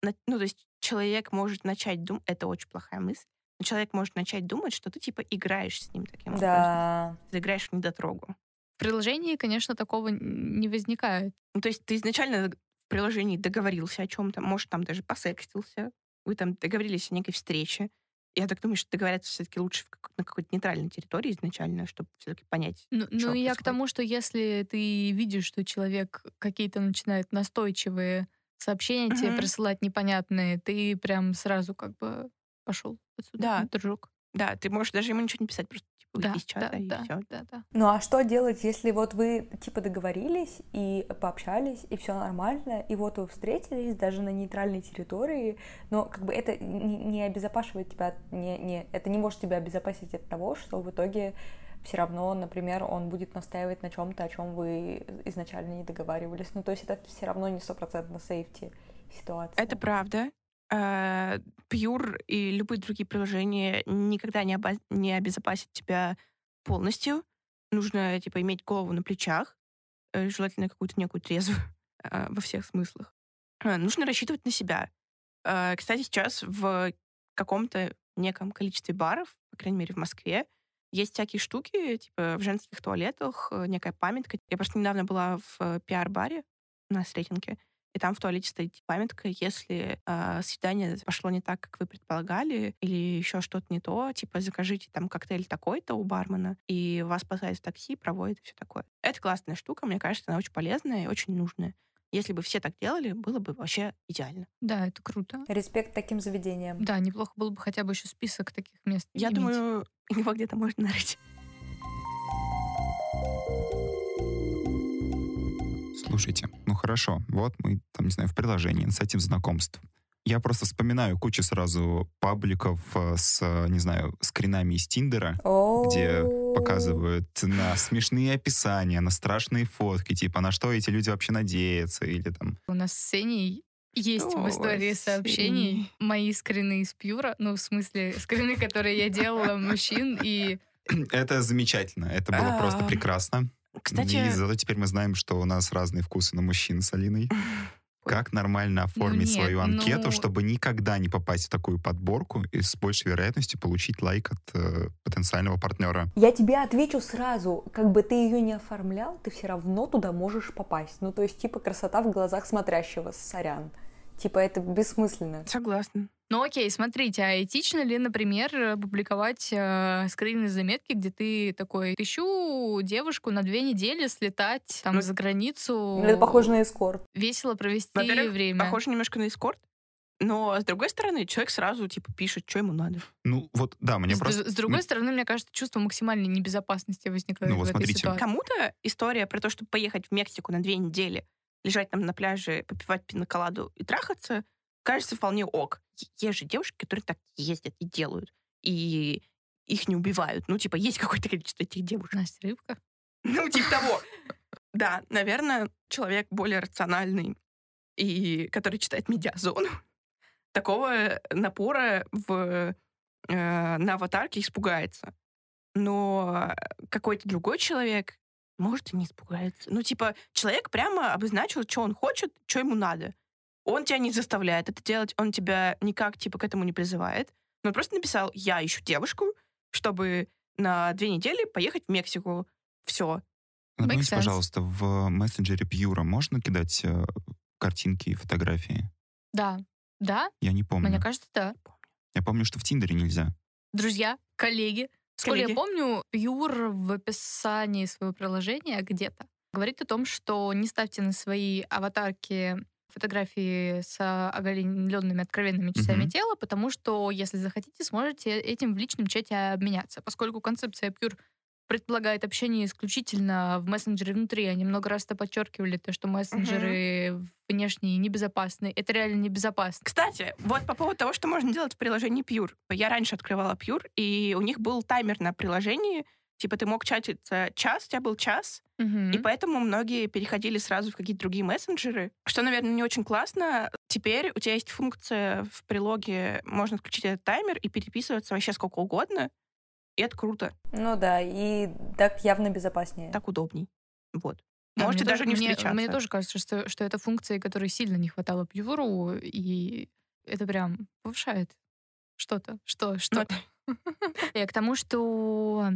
[SPEAKER 1] на- ну то есть человек может начать думать, это очень плохая мысль, но человек может начать думать, что ты типа играешь с ним таким образом,
[SPEAKER 4] Да,
[SPEAKER 1] ты играешь в недотрогу.
[SPEAKER 2] В приложении, конечно, такого н- не возникает.
[SPEAKER 1] Ну, то есть ты изначально в приложении договорился о чем-то, может, там даже посекстился, вы там договорились о некой встрече. Я так думаю, что договорятся все-таки лучше в как- на какой-то нейтральной территории изначально, чтобы все-таки понять.
[SPEAKER 2] Ну, ну,
[SPEAKER 1] Чё
[SPEAKER 2] я к
[SPEAKER 1] происходит?
[SPEAKER 2] тому, что если ты видишь, что человек какие-то начинает настойчивые сообщения тебе
[SPEAKER 1] Мгм.
[SPEAKER 2] присылать непонятные, ты прям сразу как бы пошел отсюда,
[SPEAKER 1] Да.
[SPEAKER 2] дружок.
[SPEAKER 1] Да, ты можешь даже ему ничего не писать, просто типа
[SPEAKER 2] Да,
[SPEAKER 1] уйти из чата
[SPEAKER 2] да,
[SPEAKER 1] и
[SPEAKER 2] да,
[SPEAKER 1] все.
[SPEAKER 2] да, да.
[SPEAKER 4] Ну а что делать, если вот вы типа договорились и пообщались, и все нормально, и вот вы встретились даже на нейтральной территории, но как бы это не, не обезопашивает тебя, от- не, не, это не может тебя обезопасить от того, что в итоге все равно, например, он будет настаивать на чем-то, о чем вы изначально не договаривались. Ну, то есть это все равно не стопроцентно сейфти ситуация.
[SPEAKER 1] Это правда. Э, Пьюр и любые другие приложения никогда не, оба- не обезопасят тебя полностью. Нужно, типа, иметь голову на плечах, э, желательно какую-то некую трезвую [laughs] э, во всех смыслах. Э, Нужно рассчитывать на себя. Э, Кстати, сейчас в каком-то неком количестве баров, по крайней мере, в Москве, есть всякие штуки, типа в женских туалетах, э, некая памятка. Я просто недавно была в э, пиар-баре на Сретенке, и там в туалете стоит памятка, если э, свидание пошло не так, как вы предполагали, или еще что-то не то, типа закажите там коктейль такой-то у бармена, и вас посадят в такси, проводят и все такое. Это классная штука, мне кажется, она очень полезная и очень нужная. Если бы все так делали, было бы вообще идеально.
[SPEAKER 2] Да, это круто.
[SPEAKER 1] Э,
[SPEAKER 4] Респект таким заведениям.
[SPEAKER 2] Да, неплохо было бы хотя бы еще список таких мест.
[SPEAKER 1] Я
[SPEAKER 2] иметь.
[SPEAKER 1] думаю, [laughs] его где-то можно нарыть.
[SPEAKER 3] Слушайте, ну хорошо, вот мы там, не знаю, в приложении, с этим знакомств. Я просто вспоминаю кучу сразу пабликов э, с, э, не знаю, скринами из Тиндера, где
[SPEAKER 4] О.
[SPEAKER 3] показывают на смешные описания, на страшные фотки, типа на что эти люди вообще надеются, или там... [clears throat]
[SPEAKER 2] У нас с Сеней есть в
[SPEAKER 1] Ой,
[SPEAKER 2] истории сообщений
[SPEAKER 1] Сеня.
[SPEAKER 2] мои скрины из Пьюра, ну, в смысле, [laughs] скрины, которые я делала мужчин, и
[SPEAKER 3] Это замечательно, это было просто
[SPEAKER 1] А.
[SPEAKER 3] прекрасно. И
[SPEAKER 1] Кстати,
[SPEAKER 3] зато теперь мы знаем, что у нас разные вкусы на мужчин с
[SPEAKER 2] [laughs]
[SPEAKER 3] Алиной. Как нормально оформить
[SPEAKER 2] Ну нет,
[SPEAKER 3] свою анкету,
[SPEAKER 2] ну-
[SPEAKER 3] чтобы никогда не попасть в такую подборку и с большей вероятностью получить лайк от э, потенциального партнера?
[SPEAKER 4] Я тебе отвечу сразу, как бы ты ее не оформлял, ты все равно туда можешь попасть. Ну, то есть, типа, красота в глазах смотрящего, сорян. Типа, это бессмысленно.
[SPEAKER 1] согласна.
[SPEAKER 2] Ну окей, смотрите, а этично ли, например, э, публиковать э, скрины заметки, где ты такой, ищу девушку на две недели слетать там
[SPEAKER 1] Ну,
[SPEAKER 2] за границу,
[SPEAKER 4] Это похоже на эскорт.
[SPEAKER 2] весело провести
[SPEAKER 1] Во-первых,
[SPEAKER 2] время.
[SPEAKER 1] Похоже немножко на эскорт, но, с другой стороны, человек сразу, типа, пишет, что ему надо.
[SPEAKER 3] Ну вот, да, мне
[SPEAKER 2] С,
[SPEAKER 3] просто...
[SPEAKER 2] с другой стороны, мне кажется, чувство максимальной небезопасности возникает
[SPEAKER 3] Ну вот
[SPEAKER 2] в этой
[SPEAKER 3] смотрите.
[SPEAKER 2] ситуации.
[SPEAKER 1] Кому-то история про то, чтобы поехать в Мексику на две недели, лежать там на пляже, попивать пиноколаду и трахаться, кажется вполне ок. Е- Есть же девушки, которые так ездят и делают, и их не убивают. Ну, типа, есть какое-то количество этих девушек.
[SPEAKER 2] Настя Рыбка.
[SPEAKER 1] Ну, типа того. Да, наверное, человек более рациональный и который читает медиазону, такого напора э, в э, на аватарке испугается. Но э, какой-то другой человек может и не испугается. Ну, типа, человек прямо обозначил, что он хочет, что ему надо. Он тебя не заставляет это делать, он тебя никак, типа, к этому не призывает. Но он просто написал, я ищу девушку, чтобы на две недели поехать в Мексику. Все.
[SPEAKER 3] Напомните,
[SPEAKER 2] sense.
[SPEAKER 3] пожалуйста, в мессенджере Пьюра можно кидать э, картинки и фотографии?
[SPEAKER 2] Да. Да?
[SPEAKER 3] Я не помню.
[SPEAKER 2] Мне кажется, да.
[SPEAKER 3] Я помню, что в Тиндере нельзя.
[SPEAKER 2] Друзья, коллеги. Сколько я
[SPEAKER 1] Коллеги.
[SPEAKER 2] помню, Юр в описании своего приложения где-то говорит о том, что не ставьте на свои аватарки фотографии с а, оголенными откровенными частями
[SPEAKER 3] Мгм.
[SPEAKER 2] тела, потому что, если захотите, сможете этим в личном чате обменяться. Поскольку концепция Pure предполагает общение исключительно в мессенджере внутри. Они много раз это подчеркивали, то, что мессенджеры внешние небезопасны. Это реально небезопасно.
[SPEAKER 1] Кстати, вот по поводу того, что можно делать в приложении Pure. Я раньше открывала Pure, и у них был таймер на приложении. Типа ты мог чатиться час, у тебя был час,
[SPEAKER 2] Мгм.
[SPEAKER 1] и поэтому многие переходили сразу в какие-то другие мессенджеры. Что, наверное, не очень классно. Теперь у тебя есть функция в прилоге, можно включить этот таймер и переписываться вообще сколько угодно. И это круто,
[SPEAKER 4] Ну да, и так явно безопаснее.
[SPEAKER 1] так удобней. Вот.
[SPEAKER 2] Да,
[SPEAKER 1] Можете
[SPEAKER 2] А, мне
[SPEAKER 1] даже
[SPEAKER 2] та-
[SPEAKER 1] не
[SPEAKER 2] мне-
[SPEAKER 1] встречаться.
[SPEAKER 2] Мне тоже кажется, что, что это функции, которые сильно не хватало Пьюру, и это прям повышает что-то. Что? Что? Ну, [laughs] Я к тому, что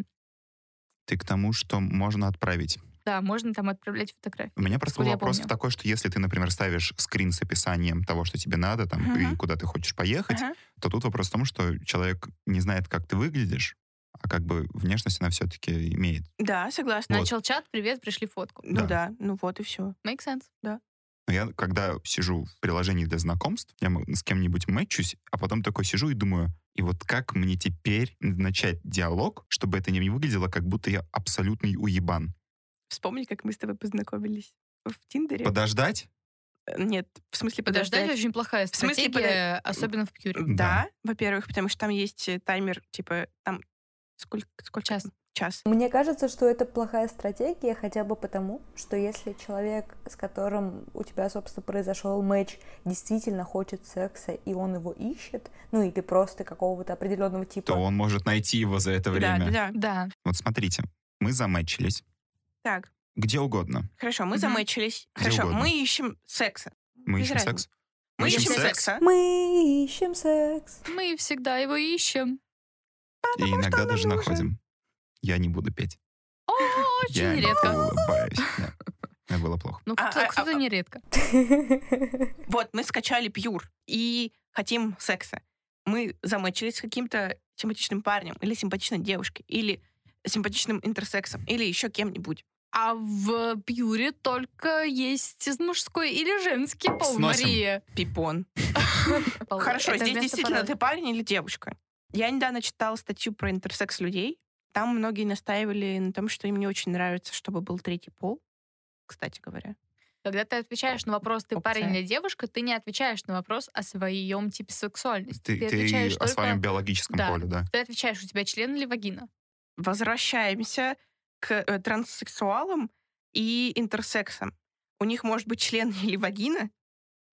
[SPEAKER 3] Ты к тому, что можно отправить.
[SPEAKER 2] да, можно там отправлять фотографии.
[SPEAKER 3] У меня просто был
[SPEAKER 2] Сколько я
[SPEAKER 3] вопрос
[SPEAKER 2] помню.
[SPEAKER 3] такой, что если ты, например, ставишь скрин с описанием того, что тебе надо, там,
[SPEAKER 1] Мгм.
[SPEAKER 3] и куда ты хочешь поехать,
[SPEAKER 1] Ага.
[SPEAKER 3] то тут вопрос в том, что человек не знает, как ты выглядишь, а как бы внешность она все-таки имеет.
[SPEAKER 1] Да, согласна.
[SPEAKER 3] Вот.
[SPEAKER 2] Начал чат, привет, пришли фотку.
[SPEAKER 1] Ну
[SPEAKER 3] Да.
[SPEAKER 1] да. ну вот и все.
[SPEAKER 2] Make sense?
[SPEAKER 3] Но я, когда сижу в приложении для знакомств, я м- с кем-нибудь мэтчусь, а потом такой сижу и думаю, и вот как мне теперь начать диалог, чтобы это не выглядело, как будто я абсолютный уебан?
[SPEAKER 1] Вспомни, как мы с тобой познакомились в Тиндере.
[SPEAKER 3] Подождать?
[SPEAKER 1] Э, Нет, в смысле
[SPEAKER 2] Подождать
[SPEAKER 1] подождать.
[SPEAKER 2] очень плохая
[SPEAKER 1] смысле
[SPEAKER 2] стратегия, особенно в Пьюре.
[SPEAKER 3] Да.
[SPEAKER 1] Да, во-первых, потому что там есть э, таймер, типа, там сколько? сколько
[SPEAKER 2] Час.
[SPEAKER 1] там? Час.
[SPEAKER 4] Мне кажется, что это плохая стратегия, хотя бы потому, что если человек, с которым у тебя, собственно, произошел матч, действительно хочет секса, и он его ищет, ну или просто какого-то определенного типа...
[SPEAKER 3] То он может найти его за это
[SPEAKER 1] Да,
[SPEAKER 3] время.
[SPEAKER 1] да, да.
[SPEAKER 2] Да.
[SPEAKER 3] Вот смотрите, мы замэтчились
[SPEAKER 1] Так,
[SPEAKER 3] где угодно.
[SPEAKER 1] хорошо, мы
[SPEAKER 2] Мгм.
[SPEAKER 1] замечились.
[SPEAKER 3] Где
[SPEAKER 1] Хорошо,
[SPEAKER 3] угодно.
[SPEAKER 1] мы ищем секса.
[SPEAKER 3] Мы
[SPEAKER 1] Без
[SPEAKER 3] ищем
[SPEAKER 1] разницы.
[SPEAKER 3] секс.
[SPEAKER 1] Мы
[SPEAKER 2] ищем
[SPEAKER 1] ищем
[SPEAKER 2] секс?
[SPEAKER 1] секса.
[SPEAKER 4] Мы ищем секс. [laughs]
[SPEAKER 2] Мы всегда его ищем.
[SPEAKER 3] И иногда
[SPEAKER 1] он
[SPEAKER 3] даже
[SPEAKER 1] нам
[SPEAKER 3] находим. Я не буду петь.
[SPEAKER 2] Очень
[SPEAKER 3] я
[SPEAKER 2] редко.
[SPEAKER 3] улыбаюсь. Да. Это было плохо.
[SPEAKER 2] Ну,
[SPEAKER 1] А,
[SPEAKER 2] кто-
[SPEAKER 1] а, а,
[SPEAKER 2] кто-то
[SPEAKER 1] а.
[SPEAKER 2] не редко.
[SPEAKER 1] Вот, мы скачали пьюр и хотим секса. Мы замечились с каким-то симпатичным парнем или симпатичной девушкой, или симпатичным интерсексом, или еще кем-нибудь.
[SPEAKER 2] А в Пьюре только есть мужской или женский пол,
[SPEAKER 3] Сносим.
[SPEAKER 2] Мария.
[SPEAKER 1] Пипон.
[SPEAKER 2] Пол.
[SPEAKER 1] Хорошо,
[SPEAKER 2] Это
[SPEAKER 1] здесь
[SPEAKER 2] вместо
[SPEAKER 1] действительно
[SPEAKER 2] пароля.
[SPEAKER 1] ты парень или девушка. Я недавно читала статью про интерсекс людей. Там многие настаивали на том, что им не очень нравится, чтобы был третий пол, кстати говоря.
[SPEAKER 2] Когда ты отвечаешь на вопрос, ты
[SPEAKER 1] Опция.
[SPEAKER 2] парень или девушка, ты не отвечаешь на вопрос о своем типе сексуальности.
[SPEAKER 3] Ты, ты
[SPEAKER 2] отвечаешь
[SPEAKER 3] о своем
[SPEAKER 2] только-
[SPEAKER 3] биологическом
[SPEAKER 2] Да.
[SPEAKER 3] поле, да.
[SPEAKER 2] Ты отвечаешь, у тебя член или вагина.
[SPEAKER 1] Возвращаемся к э, транссексуалам и интерсексам. У них может быть член [laughs] или вагина,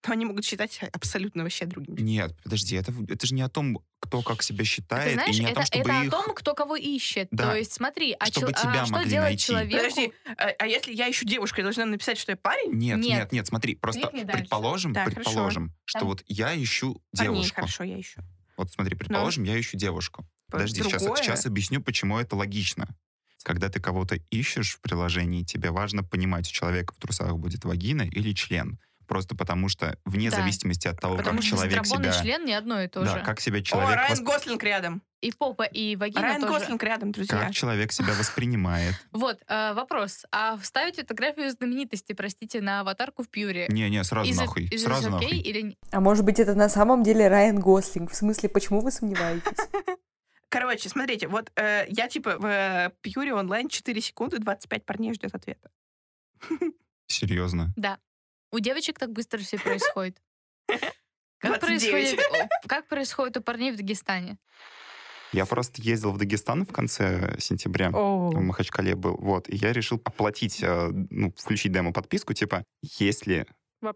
[SPEAKER 1] но они могут считать себя абсолютно вообще другими.
[SPEAKER 3] Нет, подожди, это, это же не о том, кто как себя считает,
[SPEAKER 2] ты знаешь,
[SPEAKER 3] и не о
[SPEAKER 2] это,
[SPEAKER 3] том, чтобы
[SPEAKER 2] это
[SPEAKER 3] их...
[SPEAKER 2] о том, кто кого ищет.
[SPEAKER 3] Да.
[SPEAKER 2] То есть смотри, а,
[SPEAKER 3] Чтобы
[SPEAKER 2] чел- а
[SPEAKER 3] тебя
[SPEAKER 2] что
[SPEAKER 3] могли
[SPEAKER 2] делать
[SPEAKER 3] найти.
[SPEAKER 2] человеку?
[SPEAKER 1] Подожди, а, а если я ищу девушку, я должна написать, что я парень?
[SPEAKER 3] Нет,
[SPEAKER 2] Нет.
[SPEAKER 3] нет, нет, смотри, просто
[SPEAKER 2] Кликни дальше.
[SPEAKER 3] предположим,
[SPEAKER 1] Так, хорошо.
[SPEAKER 3] предположим, что
[SPEAKER 2] Там- Ну.
[SPEAKER 3] вот я ищу
[SPEAKER 1] Парней,
[SPEAKER 3] девушку.
[SPEAKER 1] А хорошо, я ищу.
[SPEAKER 3] Вот смотри, предположим, я ищу девушку. Подожди, сейчас,
[SPEAKER 1] Другое.
[SPEAKER 3] сейчас объясню, почему это логично. Когда ты кого-то ищешь в приложении, тебе важно понимать, у человека в трусах будет вагина или член. Просто потому что, вне
[SPEAKER 2] Да.
[SPEAKER 3] зависимости от того,
[SPEAKER 2] Потому
[SPEAKER 3] как
[SPEAKER 2] что
[SPEAKER 3] человек
[SPEAKER 2] страбон
[SPEAKER 3] себя...
[SPEAKER 2] и член не одно и то
[SPEAKER 3] да,
[SPEAKER 2] же.
[SPEAKER 3] как себя
[SPEAKER 1] О,
[SPEAKER 3] человек...
[SPEAKER 1] Райан
[SPEAKER 3] восп-
[SPEAKER 1] Гослинг рядом.
[SPEAKER 2] И попа, и вагина
[SPEAKER 1] Райан
[SPEAKER 2] тоже.
[SPEAKER 1] Гослинг рядом, друзья.
[SPEAKER 3] Как человек себя воспринимает.
[SPEAKER 2] Вот, э, вопрос. А вставить фотографию знаменитости, простите, на аватарку в Пьюре?
[SPEAKER 3] Не-не, сразу
[SPEAKER 2] Is it-
[SPEAKER 3] нахуй.
[SPEAKER 2] is it
[SPEAKER 3] сразу
[SPEAKER 2] okay
[SPEAKER 3] нахуй.
[SPEAKER 2] или не-
[SPEAKER 4] А может быть, это на самом деле Райан Гослинг? В смысле, почему вы сомневаетесь?
[SPEAKER 1] Короче, смотрите, вот э, я типа в э, Пьюре онлайн 4 секунды 25 парней ждет ответа.
[SPEAKER 3] Серьезно.
[SPEAKER 2] У девочек так быстро
[SPEAKER 1] [laughs]
[SPEAKER 2] все происходит. Как
[SPEAKER 1] 29.
[SPEAKER 2] происходит, о, как происходит у парней в Дагестане?
[SPEAKER 3] Я просто ездил в Дагестан в конце сентября. в Махачкале был, вот, и я решил оплатить, э, ну, включить демо-подписку, типа, есть ли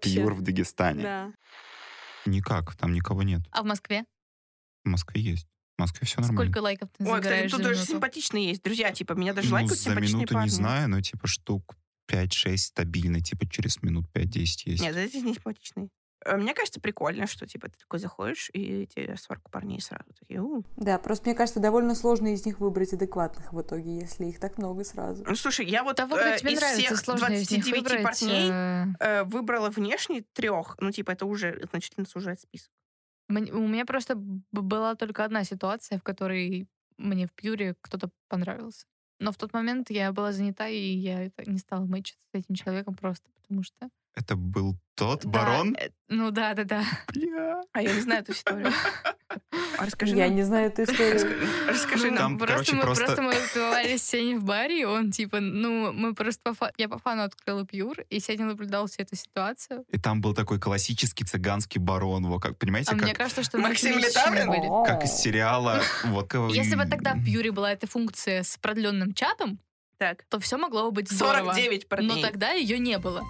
[SPEAKER 3] пьюр в Дагестане?
[SPEAKER 6] Да.
[SPEAKER 3] Никак, там никого нет.
[SPEAKER 2] А в Москве?
[SPEAKER 3] В Москве есть. В Москве все нормально.
[SPEAKER 2] Сколько лайков ты
[SPEAKER 1] Ой, кстати,
[SPEAKER 2] забираешь
[SPEAKER 1] тут
[SPEAKER 2] за
[SPEAKER 1] тоже
[SPEAKER 2] минуту?
[SPEAKER 1] симпатичные есть. Друзья, типа, меня даже
[SPEAKER 3] Ну,
[SPEAKER 1] лайкают
[SPEAKER 3] за
[SPEAKER 1] симпатичные
[SPEAKER 3] минуту
[SPEAKER 1] парни.
[SPEAKER 3] не знаю, но типа штук 5-6 стабильно, типа через минут 5-10 есть.
[SPEAKER 1] Нет, это не симпатичные. Э, Мне кажется, прикольно, что, типа, ты такой заходишь, и тебе 40 парней сразу такие, «У».
[SPEAKER 4] [laughs] Да, просто мне кажется, довольно сложно из них выбрать адекватных в итоге, если их так много сразу.
[SPEAKER 1] Ну, слушай, я вот
[SPEAKER 2] Того,
[SPEAKER 1] э,
[SPEAKER 2] кто тебе
[SPEAKER 1] из
[SPEAKER 2] нравится,
[SPEAKER 1] всех
[SPEAKER 2] сложно из них
[SPEAKER 1] 29
[SPEAKER 2] выбрать.
[SPEAKER 1] парней
[SPEAKER 2] э,
[SPEAKER 1] э, выбрала внешне трех. Ну, типа, это уже значительно сужает список.
[SPEAKER 2] Мн- У меня просто б- была только одна ситуация, в которой мне в Пьюре кто-то понравился. Но в тот момент я была занята, и я это не стала мэчиться с этим человеком просто потому что...
[SPEAKER 3] Это был тот
[SPEAKER 2] Да,
[SPEAKER 3] барон?
[SPEAKER 2] э, ну да, да, да.
[SPEAKER 3] Бля.
[SPEAKER 1] А я не знаю эту историю. [laughs] А расскажи
[SPEAKER 4] я
[SPEAKER 1] нам.
[SPEAKER 4] не знаю эту историю.
[SPEAKER 1] Раска- Расскажи
[SPEAKER 2] Ну,
[SPEAKER 1] нам.
[SPEAKER 3] Там,
[SPEAKER 2] просто
[SPEAKER 3] короче,
[SPEAKER 2] мы
[SPEAKER 3] просто-
[SPEAKER 2] просто мы выпивались сегодня в баре, и он типа, ну, мы просто по фа- я по фану открыла Пьюр, и сегодня наблюдал всю эту ситуацию.
[SPEAKER 3] И там был такой классический цыганский барон. Во, как, понимаете,
[SPEAKER 2] а
[SPEAKER 3] как,
[SPEAKER 2] мне кажется, что мы
[SPEAKER 1] Максим
[SPEAKER 2] вместе
[SPEAKER 1] Литаврин?
[SPEAKER 2] были.
[SPEAKER 4] О.
[SPEAKER 3] как из сериала. Вот,
[SPEAKER 2] [laughs] Если бы тогда в
[SPEAKER 3] м,
[SPEAKER 2] Пьюре была эта функция с продленным чатом,
[SPEAKER 1] Так,
[SPEAKER 2] то все могло бы быть здорово.
[SPEAKER 1] 49
[SPEAKER 2] Но
[SPEAKER 1] парней.
[SPEAKER 2] тогда ее не было.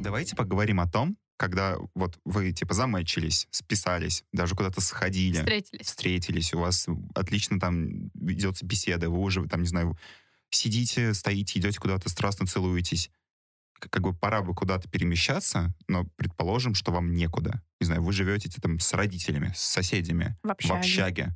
[SPEAKER 3] Давайте поговорим о том, когда вот вы типа замечились, списались, даже куда-то сходили.
[SPEAKER 2] Встретились.
[SPEAKER 3] встретились, у вас отлично там ведется беседа, вы уже там, не знаю, сидите, стоите, идете куда-то, страстно целуетесь. К- Как бы пора бы куда-то перемещаться, но предположим, что вам некуда. Не знаю, вы живете там с родителями, с соседями,
[SPEAKER 1] В общаге.
[SPEAKER 3] в общаге.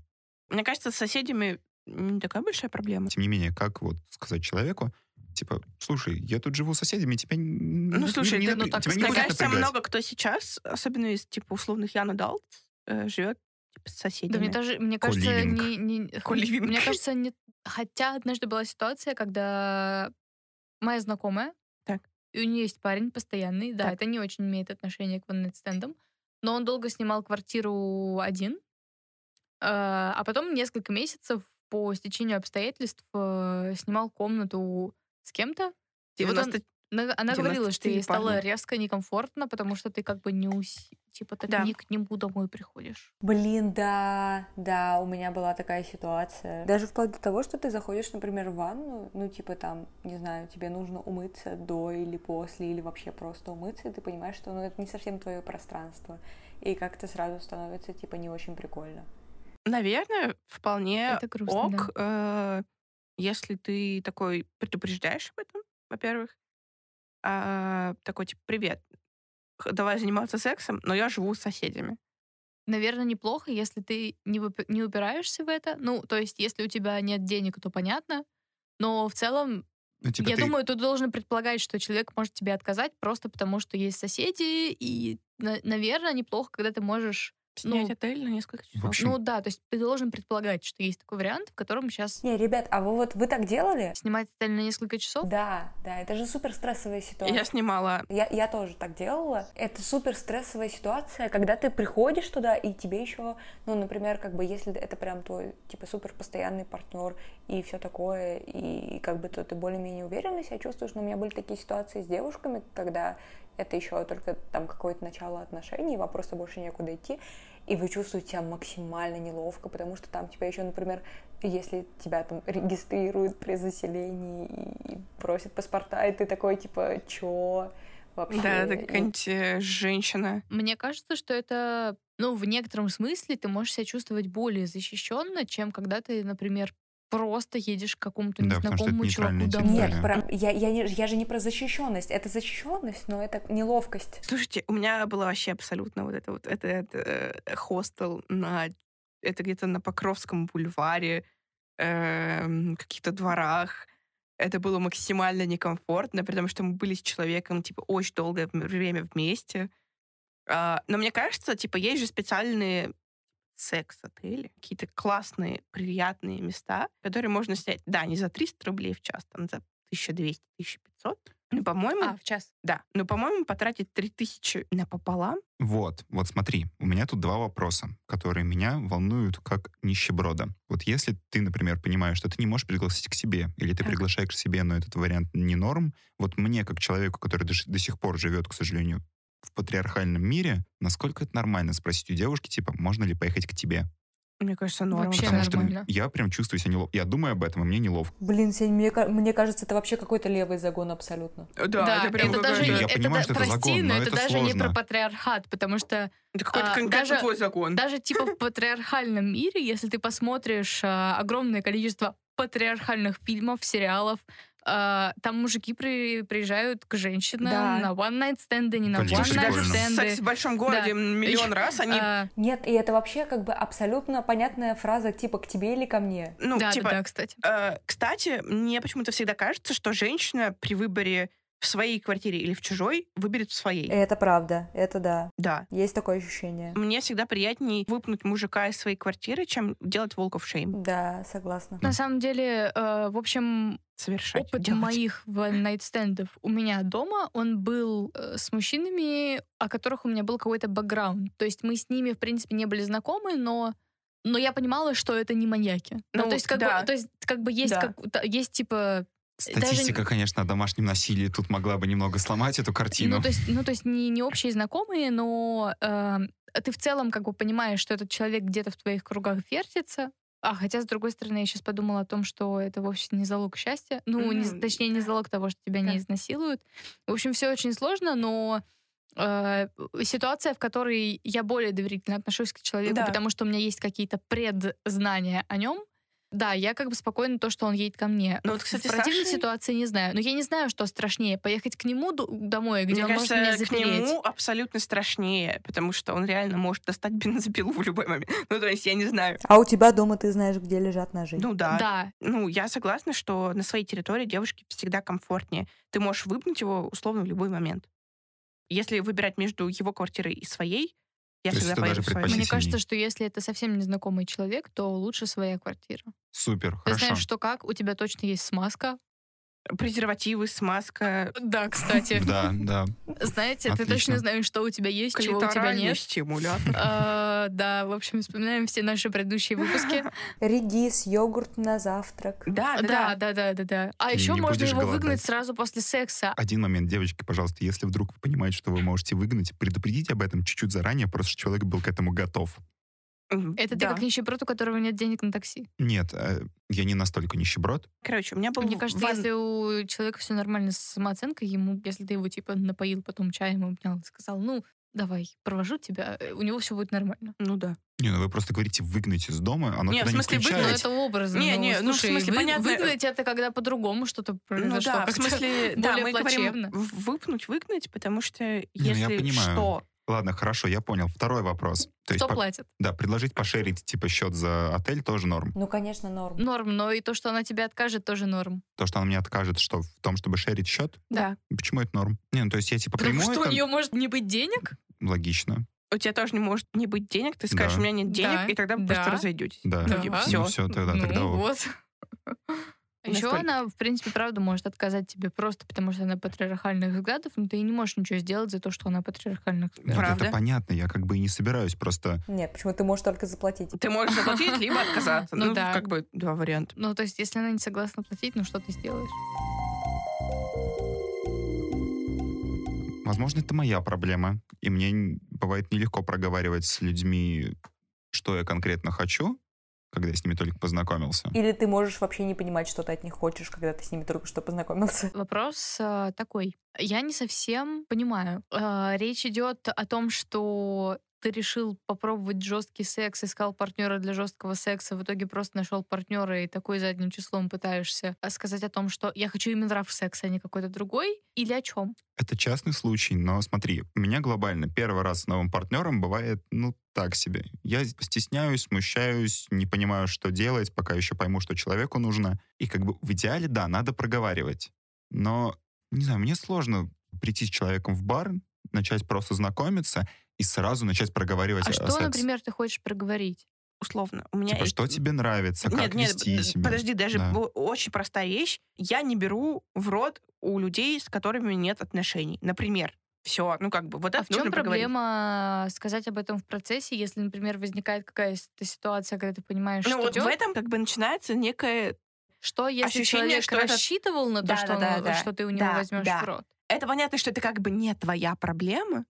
[SPEAKER 1] Мне кажется, с соседями не такая большая проблема.
[SPEAKER 3] Тем не менее, как вот сказать человеку, типа, слушай, я тут живу с соседями, тебя н-
[SPEAKER 1] Ну,
[SPEAKER 3] не-
[SPEAKER 1] слушай,
[SPEAKER 3] не
[SPEAKER 1] да,
[SPEAKER 3] напря-
[SPEAKER 2] ну, так
[SPEAKER 3] тебя не
[SPEAKER 1] Мне
[SPEAKER 2] сказать,
[SPEAKER 3] будет
[SPEAKER 1] кажется,
[SPEAKER 3] напрягать.
[SPEAKER 1] много кто сейчас, особенно из, типа, условных Ян Адалт, живет типа, с соседями.
[SPEAKER 2] Да мне даже, мне кажется,
[SPEAKER 3] Коливинг.
[SPEAKER 2] не, не-
[SPEAKER 1] Коливинг. [laughs]
[SPEAKER 2] Мне кажется, не... Хотя однажды была ситуация, когда моя знакомая,
[SPEAKER 1] Так.
[SPEAKER 2] и у нее есть парень постоянный, да,
[SPEAKER 1] Так.
[SPEAKER 2] это не очень имеет отношение к ваннетстендам, но он долго снимал квартиру один, э, а потом несколько месяцев по стечению обстоятельств э, снимал комнату с кем-то. И вот он-
[SPEAKER 1] 90
[SPEAKER 2] Она, она говорила, что ей
[SPEAKER 1] 94
[SPEAKER 2] стало
[SPEAKER 1] парня.
[SPEAKER 2] резко некомфортно, потому что ты как бы не уси... Типа ты
[SPEAKER 1] Да.
[SPEAKER 2] не к нему домой приходишь.
[SPEAKER 4] Блин, да, да, у меня была такая ситуация. Даже вплоть до того, что ты заходишь, например, в ванну, ну, типа там, не знаю, тебе нужно умыться до или после, или вообще просто умыться, и ты понимаешь, что ну, это не совсем твое пространство. И как-то сразу становится, типа, не очень прикольно.
[SPEAKER 1] Наверное, вполне
[SPEAKER 2] Это грустно,
[SPEAKER 1] ок, э, если ты такой предупреждаешь об этом, во-первых. А, такой, типа, привет, х- давай заниматься сексом, но я живу с соседями.
[SPEAKER 2] Наверное, неплохо, если ты не, выпи- не упираешься в это. Ну, то есть, если у тебя нет денег, то понятно. Но в целом,
[SPEAKER 3] Ну, типа,
[SPEAKER 2] я
[SPEAKER 3] ты-
[SPEAKER 2] думаю, ты должен предполагать, что человек может тебе отказать просто потому, что есть соседи. И, наверное, неплохо, когда ты можешь...
[SPEAKER 1] Снять
[SPEAKER 2] Ну,
[SPEAKER 1] отель на несколько часов.
[SPEAKER 3] общем,
[SPEAKER 2] Ну да, то есть ты должен предполагать, что есть такой вариант, в котором сейчас
[SPEAKER 4] Не, ребят, а вы вот, вы так делали?
[SPEAKER 2] снимать отель на несколько часов.
[SPEAKER 4] Да, да, это же супер стрессовая ситуация.
[SPEAKER 1] Я снимала.
[SPEAKER 4] Я, я тоже так делала. Это супер стрессовая ситуация, когда ты приходишь туда, и тебе еще, ну, например, как бы, если это прям твой, типа, супер постоянный партнер и все такое, и как бы то ты более-менее уверенно себя чувствуешь. Но у меня были такие ситуации с девушками, когда это еще только там какое-то начало отношений, вам просто больше некуда идти, и вы чувствуете себя максимально неловко, потому что там тебя еще, например, если тебя там регистрируют при заселении и просят паспорта, и ты такой, типа, чё? Вообще.
[SPEAKER 1] Да, это
[SPEAKER 4] И-
[SPEAKER 1] какая-нибудь э, женщина.
[SPEAKER 2] Мне кажется, что это, ну, в некотором смысле ты можешь себя чувствовать более защищенно, чем когда ты, например, просто едешь к какому-то
[SPEAKER 3] Да, потому что это
[SPEAKER 2] незнакомому чуваку
[SPEAKER 3] нейтральная
[SPEAKER 2] домой.
[SPEAKER 4] Нет,
[SPEAKER 3] Более.
[SPEAKER 4] про- я, я, не- я же не про защищенность. Это защищенность, но это неловкость.
[SPEAKER 1] Слушайте, у меня было вообще абсолютно вот это вот это, это, э, хостел на это где-то на Покровском бульваре, эм, каких-то дворах. Это было максимально некомфортно, потому что мы были с человеком типа очень долгое м- время вместе. А, но мне кажется, типа есть же специальные секс-отели, какие-то классные, приятные места, которые можно снять, да, не за 300 рублей в час, там за 1200-1500. Ну, по-моему,
[SPEAKER 2] А, в час.
[SPEAKER 1] да, но, по-моему, потратить 3000 напополам.
[SPEAKER 3] Вот, вот смотри, у меня тут два вопроса, которые меня волнуют как нищеброда. Вот если ты, например, понимаешь, что ты не можешь пригласить к себе, или ты
[SPEAKER 1] Так.
[SPEAKER 3] приглашаешь к себе, но этот вариант не норм, вот мне, как человеку, который до, ш- до сих пор живет, к сожалению, в патриархальном мире, насколько это нормально спросить у девушки, типа, можно ли поехать к тебе?
[SPEAKER 1] Мне кажется, норм.
[SPEAKER 2] Вообще
[SPEAKER 1] абсолютно.
[SPEAKER 3] Потому что
[SPEAKER 2] нормально.
[SPEAKER 3] я прям чувствую себя неловко. Я думаю об этом, и мне неловко.
[SPEAKER 4] Блин, Сень, мне, ка- мне кажется, это вообще какой-то левый загон абсолютно.
[SPEAKER 1] Да, это прям
[SPEAKER 2] это
[SPEAKER 1] какой-то-
[SPEAKER 2] даже,
[SPEAKER 3] Я
[SPEAKER 2] это
[SPEAKER 3] понимаю,
[SPEAKER 2] да-
[SPEAKER 3] что это
[SPEAKER 2] прости,
[SPEAKER 3] закон,
[SPEAKER 2] но
[SPEAKER 3] но
[SPEAKER 2] это
[SPEAKER 3] это
[SPEAKER 2] даже не
[SPEAKER 3] сложно.
[SPEAKER 2] про патриархат, потому что
[SPEAKER 1] Это какой-то
[SPEAKER 2] а,
[SPEAKER 1] конкретно
[SPEAKER 2] даже-
[SPEAKER 1] твой закон.
[SPEAKER 2] даже типа в патриархальном мире, если ты посмотришь а, огромное количество патриархальных фильмов, сериалов, а, там мужики при- приезжают к женщинам
[SPEAKER 1] Да.
[SPEAKER 2] на one-night стенды, не на
[SPEAKER 3] Блин,
[SPEAKER 2] one-night
[SPEAKER 3] прикольно.
[SPEAKER 1] Секс
[SPEAKER 2] стенды.
[SPEAKER 1] в большом городе миллион раз они...
[SPEAKER 2] А,
[SPEAKER 4] Нет, и это вообще как бы абсолютно понятная фраза типа «к тебе или ко мне».
[SPEAKER 1] Ну,
[SPEAKER 2] да,
[SPEAKER 1] типа,
[SPEAKER 2] да, да, кстати.
[SPEAKER 1] Э, Кстати, мне почему-то всегда кажется, что женщина при выборе в своей квартире или в чужой выберет в своей.
[SPEAKER 2] Э,
[SPEAKER 4] Это правда, это да.
[SPEAKER 1] Да.
[SPEAKER 4] Есть такое ощущение.
[SPEAKER 1] Мне всегда приятнее выпнуть мужика из своей квартиры, чем делать волков шейм.
[SPEAKER 4] Да, согласна.
[SPEAKER 2] На самом деле, э, в общем,
[SPEAKER 1] Совершать.
[SPEAKER 2] опыт
[SPEAKER 1] делать.
[SPEAKER 2] моих найтстендов у меня дома, он был э, с мужчинами, о которых у меня был какой-то бэкграунд. То есть мы с ними, в принципе, не были знакомы, но но я понимала, что это не маньяки. Ну,
[SPEAKER 1] Ну,
[SPEAKER 2] то есть как
[SPEAKER 1] да.
[SPEAKER 2] бы, то есть как бы есть,
[SPEAKER 1] Да.
[SPEAKER 2] как- та- есть типа,
[SPEAKER 3] Статистика, конечно, о домашнем насилии тут могла бы немного сломать эту картину.
[SPEAKER 2] ну то есть, ну то есть не не общие знакомые, но э, ты в целом как бы понимаешь, что этот человек где-то в твоих кругах вертится. А хотя с другой стороны, я сейчас подумала о том, что это вовсе не залог счастья, ну не-
[SPEAKER 1] М,
[SPEAKER 2] точнее не
[SPEAKER 1] да.
[SPEAKER 2] залог того, что тебя
[SPEAKER 1] Да.
[SPEAKER 2] не изнасилуют. В общем, все очень сложно, но э, ситуация, в которой я более доверительно отношусь к человеку,
[SPEAKER 1] Да.
[SPEAKER 2] потому что у меня есть какие-то предзнания о нем. Да, я как бы спокойна то, что он едет ко мне.
[SPEAKER 1] Ну вот,
[SPEAKER 2] В-
[SPEAKER 1] кстати,
[SPEAKER 2] в
[SPEAKER 1] с
[SPEAKER 2] противной
[SPEAKER 1] Сашей-
[SPEAKER 2] ситуации не знаю. Но я не знаю, что страшнее. Поехать к нему ду- домой, где
[SPEAKER 1] Мне
[SPEAKER 2] он
[SPEAKER 1] кажется,
[SPEAKER 2] может меня
[SPEAKER 1] к нему
[SPEAKER 2] запереть.
[SPEAKER 1] абсолютно страшнее, потому что он реально может достать бензопилу в любой момент. [laughs] Ну, то есть, я не знаю.
[SPEAKER 4] А у тебя дома ты знаешь, где лежат ножи.
[SPEAKER 1] Ну да.
[SPEAKER 2] Да.
[SPEAKER 1] Ну, я согласна, что на своей территории девушке всегда комфортнее. Ты можешь выпнуть его условно в любой момент. Если выбирать между его квартирой и своей, я
[SPEAKER 3] То есть
[SPEAKER 1] всегда
[SPEAKER 3] это
[SPEAKER 1] поеду
[SPEAKER 3] даже
[SPEAKER 1] в свою.
[SPEAKER 3] предпочтительнее.
[SPEAKER 2] Мне кажется, что если это совсем незнакомый человек, то лучше своя квартира.
[SPEAKER 3] Супер,
[SPEAKER 2] Ты
[SPEAKER 3] хорошо.
[SPEAKER 2] знаешь, что как, у тебя точно есть смазка.
[SPEAKER 1] Презервативы, смазка,
[SPEAKER 2] Да, кстати. [laughs]
[SPEAKER 3] Да, да.
[SPEAKER 2] Знаете, ты
[SPEAKER 3] Отлично.
[SPEAKER 2] точно знаешь, что у тебя есть, чего у тебя
[SPEAKER 1] клиторальный
[SPEAKER 2] нет.
[SPEAKER 1] стимулятор.
[SPEAKER 2] [laughs] А, Да, в общем, вспоминаем все наши
[SPEAKER 1] [laughs]
[SPEAKER 2] предыдущие выпуски.
[SPEAKER 4] Редис, йогурт на завтрак.
[SPEAKER 1] Да,
[SPEAKER 2] Да,
[SPEAKER 1] да,
[SPEAKER 2] да, да, да, да. А
[SPEAKER 3] Ты
[SPEAKER 2] еще
[SPEAKER 3] не
[SPEAKER 2] можно
[SPEAKER 3] будешь
[SPEAKER 2] его
[SPEAKER 3] голодать.
[SPEAKER 2] выгнать сразу после секса.
[SPEAKER 3] Один момент, девочки, пожалуйста, если вдруг вы понимаете, что вы можете выгнать, предупредите об этом чуть-чуть заранее, просто чтобы человек был к этому готов.
[SPEAKER 1] М,
[SPEAKER 2] Это ты
[SPEAKER 1] да.
[SPEAKER 2] как нищеброд, у которого нет денег на такси.
[SPEAKER 3] Нет, э, я не настолько нищеброд.
[SPEAKER 1] Короче, у меня был
[SPEAKER 2] Мне кажется,
[SPEAKER 1] ван-
[SPEAKER 2] если у человека все нормально с самооценкой, ему, если ты его типа напоил потом чаем, обнял и сказал, ну, давай, провожу тебя, э, у него все будет нормально.
[SPEAKER 1] Ну да.
[SPEAKER 3] Не, ну вы просто говорите «выгнать из дома», оно
[SPEAKER 1] Не, в
[SPEAKER 3] туда не
[SPEAKER 1] смысле,
[SPEAKER 2] Ну,
[SPEAKER 1] выгнать-
[SPEAKER 3] включает.
[SPEAKER 2] это образно.
[SPEAKER 1] Не, не, ну, в
[SPEAKER 2] слушай,
[SPEAKER 1] смысле,
[SPEAKER 2] вы-
[SPEAKER 1] понятно.
[SPEAKER 2] выгнать это когда по-другому что-то
[SPEAKER 1] Ну
[SPEAKER 2] произошло.
[SPEAKER 1] да, в
[SPEAKER 2] как-то.
[SPEAKER 1] смысле, да,
[SPEAKER 2] более
[SPEAKER 1] мы говорим
[SPEAKER 2] плачевно.
[SPEAKER 1] в- выпнуть, выгнать, потому что
[SPEAKER 3] Ну, я
[SPEAKER 1] если
[SPEAKER 3] понимаю.
[SPEAKER 1] что,
[SPEAKER 3] Ладно, хорошо, я понял. Второй вопрос. То есть,
[SPEAKER 2] Кто
[SPEAKER 3] по-
[SPEAKER 2] платит?
[SPEAKER 3] да, предложить пошерить, типа, счет за отель тоже норм.
[SPEAKER 4] Ну, конечно, норм.
[SPEAKER 2] Норм, но и то, что она тебе откажет, тоже норм.
[SPEAKER 3] То, что он мне откажет, что в том, чтобы шерить счет,
[SPEAKER 1] да.
[SPEAKER 3] почему это норм? Не, ну то есть я, типа,
[SPEAKER 2] Потому
[SPEAKER 3] приму
[SPEAKER 2] что
[SPEAKER 3] это-
[SPEAKER 2] у нее может не быть денег?
[SPEAKER 3] Логично,
[SPEAKER 1] у тебя тоже не может не быть денег, ты скажешь,
[SPEAKER 3] Да.
[SPEAKER 1] у меня нет денег,
[SPEAKER 2] Да,
[SPEAKER 1] и тогда вы
[SPEAKER 2] да.
[SPEAKER 1] просто типа, разойдетесь.
[SPEAKER 3] да.
[SPEAKER 2] Да.
[SPEAKER 3] Ну
[SPEAKER 1] все.
[SPEAKER 3] все, тогда, тогда
[SPEAKER 2] ну,
[SPEAKER 3] ок.
[SPEAKER 2] вот.
[SPEAKER 1] [laughs]
[SPEAKER 2] Еще
[SPEAKER 1] Настолько.
[SPEAKER 2] она, в принципе, правда может отказать тебе просто потому, что она патриархальных взглядов, но ты не можешь ничего сделать за то, что она патриархальных
[SPEAKER 3] Нет,
[SPEAKER 2] взглядов.
[SPEAKER 1] Правда.
[SPEAKER 3] это понятно, я как бы и не собираюсь, просто
[SPEAKER 4] Нет, почему ты можешь только заплатить?
[SPEAKER 1] Ты можешь заплатить, либо отказаться.
[SPEAKER 2] Ну
[SPEAKER 1] Ну,
[SPEAKER 2] да.
[SPEAKER 1] как бы два варианта.
[SPEAKER 2] Ну, то есть, если она не согласна платить, ну что ты сделаешь?
[SPEAKER 3] Возможно, это моя проблема, и мне н- бывает нелегко проговаривать с людьми, что я конкретно хочу, когда я с ними только познакомился.
[SPEAKER 4] Или ты можешь вообще не понимать, что ты от них хочешь, когда ты с ними только что познакомился.
[SPEAKER 2] Вопрос э, такой. Я не совсем понимаю. Э, речь идет о том, что ты решил попробовать жесткий секс, искал партнера для жесткого секса, в итоге просто нашел партнера и такой задним числом пытаешься э, сказать о том, что я хочу именно раф секса, а не какой-то другой, или о чем?
[SPEAKER 3] Это частный случай, но смотри, у меня глобально первый раз с новым партнером бывает, ну, так себе. Я стесняюсь, смущаюсь, не понимаю, что делать, пока еще пойму, что человеку нужно. И как бы в идеале, да, надо проговаривать. Но, не знаю, мне сложно прийти с человеком в бар, начать просто знакомиться и сразу начать проговаривать
[SPEAKER 2] А
[SPEAKER 3] о
[SPEAKER 2] что,
[SPEAKER 3] сексе.
[SPEAKER 2] например, ты хочешь проговорить?
[SPEAKER 1] Условно. У меня
[SPEAKER 3] Типа,
[SPEAKER 1] есть-
[SPEAKER 3] что тебе нравится, как
[SPEAKER 1] нет, нет,
[SPEAKER 3] вести
[SPEAKER 1] д-
[SPEAKER 3] себя.
[SPEAKER 1] подожди, даже
[SPEAKER 3] Да.
[SPEAKER 1] бо- очень простая вещь. Я не беру в рот у людей, с которыми нет отношений. Например, все, ну как бы вот это
[SPEAKER 2] а в чем
[SPEAKER 1] нужно проговорить.
[SPEAKER 2] проблема э, сказать об этом в процессе, если, например, возникает какая-то ситуация, когда ты понимаешь,
[SPEAKER 1] Ну
[SPEAKER 2] что
[SPEAKER 1] вот
[SPEAKER 2] идет?
[SPEAKER 1] в этом как бы начинается некое...
[SPEAKER 2] Что если
[SPEAKER 1] ощущение,
[SPEAKER 2] человек
[SPEAKER 1] что это-
[SPEAKER 2] рассчитывал на то,
[SPEAKER 1] Да,
[SPEAKER 2] что,
[SPEAKER 1] да, да,
[SPEAKER 2] он-
[SPEAKER 1] да.
[SPEAKER 2] что ты у него
[SPEAKER 1] Да,
[SPEAKER 2] возьмешь
[SPEAKER 1] да.
[SPEAKER 2] в рот?
[SPEAKER 1] Это понятно, что это как бы не твоя проблема,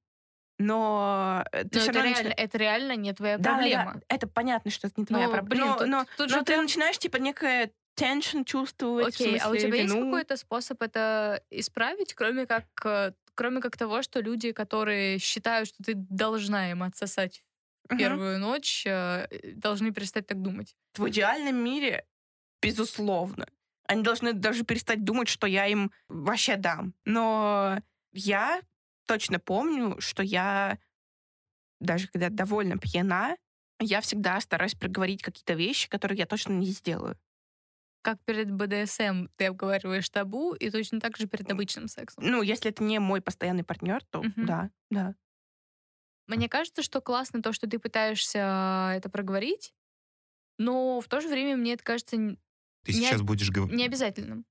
[SPEAKER 1] но э, ты
[SPEAKER 2] Но
[SPEAKER 1] всё
[SPEAKER 2] это
[SPEAKER 1] равно
[SPEAKER 2] реально,
[SPEAKER 1] начина-
[SPEAKER 2] это реально не твоя
[SPEAKER 1] Да, да, да,
[SPEAKER 2] проблема.
[SPEAKER 1] это понятно, что это не твоя
[SPEAKER 2] Ну,
[SPEAKER 1] проблема.
[SPEAKER 2] блин,
[SPEAKER 1] но,
[SPEAKER 2] тут-
[SPEAKER 1] но-
[SPEAKER 2] тут
[SPEAKER 1] но
[SPEAKER 2] же
[SPEAKER 1] ты
[SPEAKER 2] ты-
[SPEAKER 1] начинаешь, типа, некое tension чувствовать, в
[SPEAKER 2] Окей, а у
[SPEAKER 1] смысле,
[SPEAKER 2] тебя есть
[SPEAKER 1] вину.
[SPEAKER 2] какой-то способ это исправить, кроме как, э, кроме как того, что люди, которые считают, что ты должна им отсосать в
[SPEAKER 1] Мгм.
[SPEAKER 2] первую ночь, э, должны перестать так думать?
[SPEAKER 1] в идеальном мире, безусловно, они должны даже перестать думать, что я им вообще дам. Но я точно помню, что я, даже когда довольно пьяна, я всегда стараюсь проговорить какие-то вещи, которые я точно не сделаю.
[SPEAKER 2] Как перед БДСМ ты обговариваешь табу, и точно так же перед обычным сексом.
[SPEAKER 1] Ну, если это не мой постоянный партнер, то
[SPEAKER 2] Мгм.
[SPEAKER 1] да, да.
[SPEAKER 2] Мне кажется, что классно то, что ты пытаешься это проговорить, но в то же время мне это кажется н-
[SPEAKER 3] Ты
[SPEAKER 2] Не-
[SPEAKER 3] сейчас будешь говорить...
[SPEAKER 2] необязательным.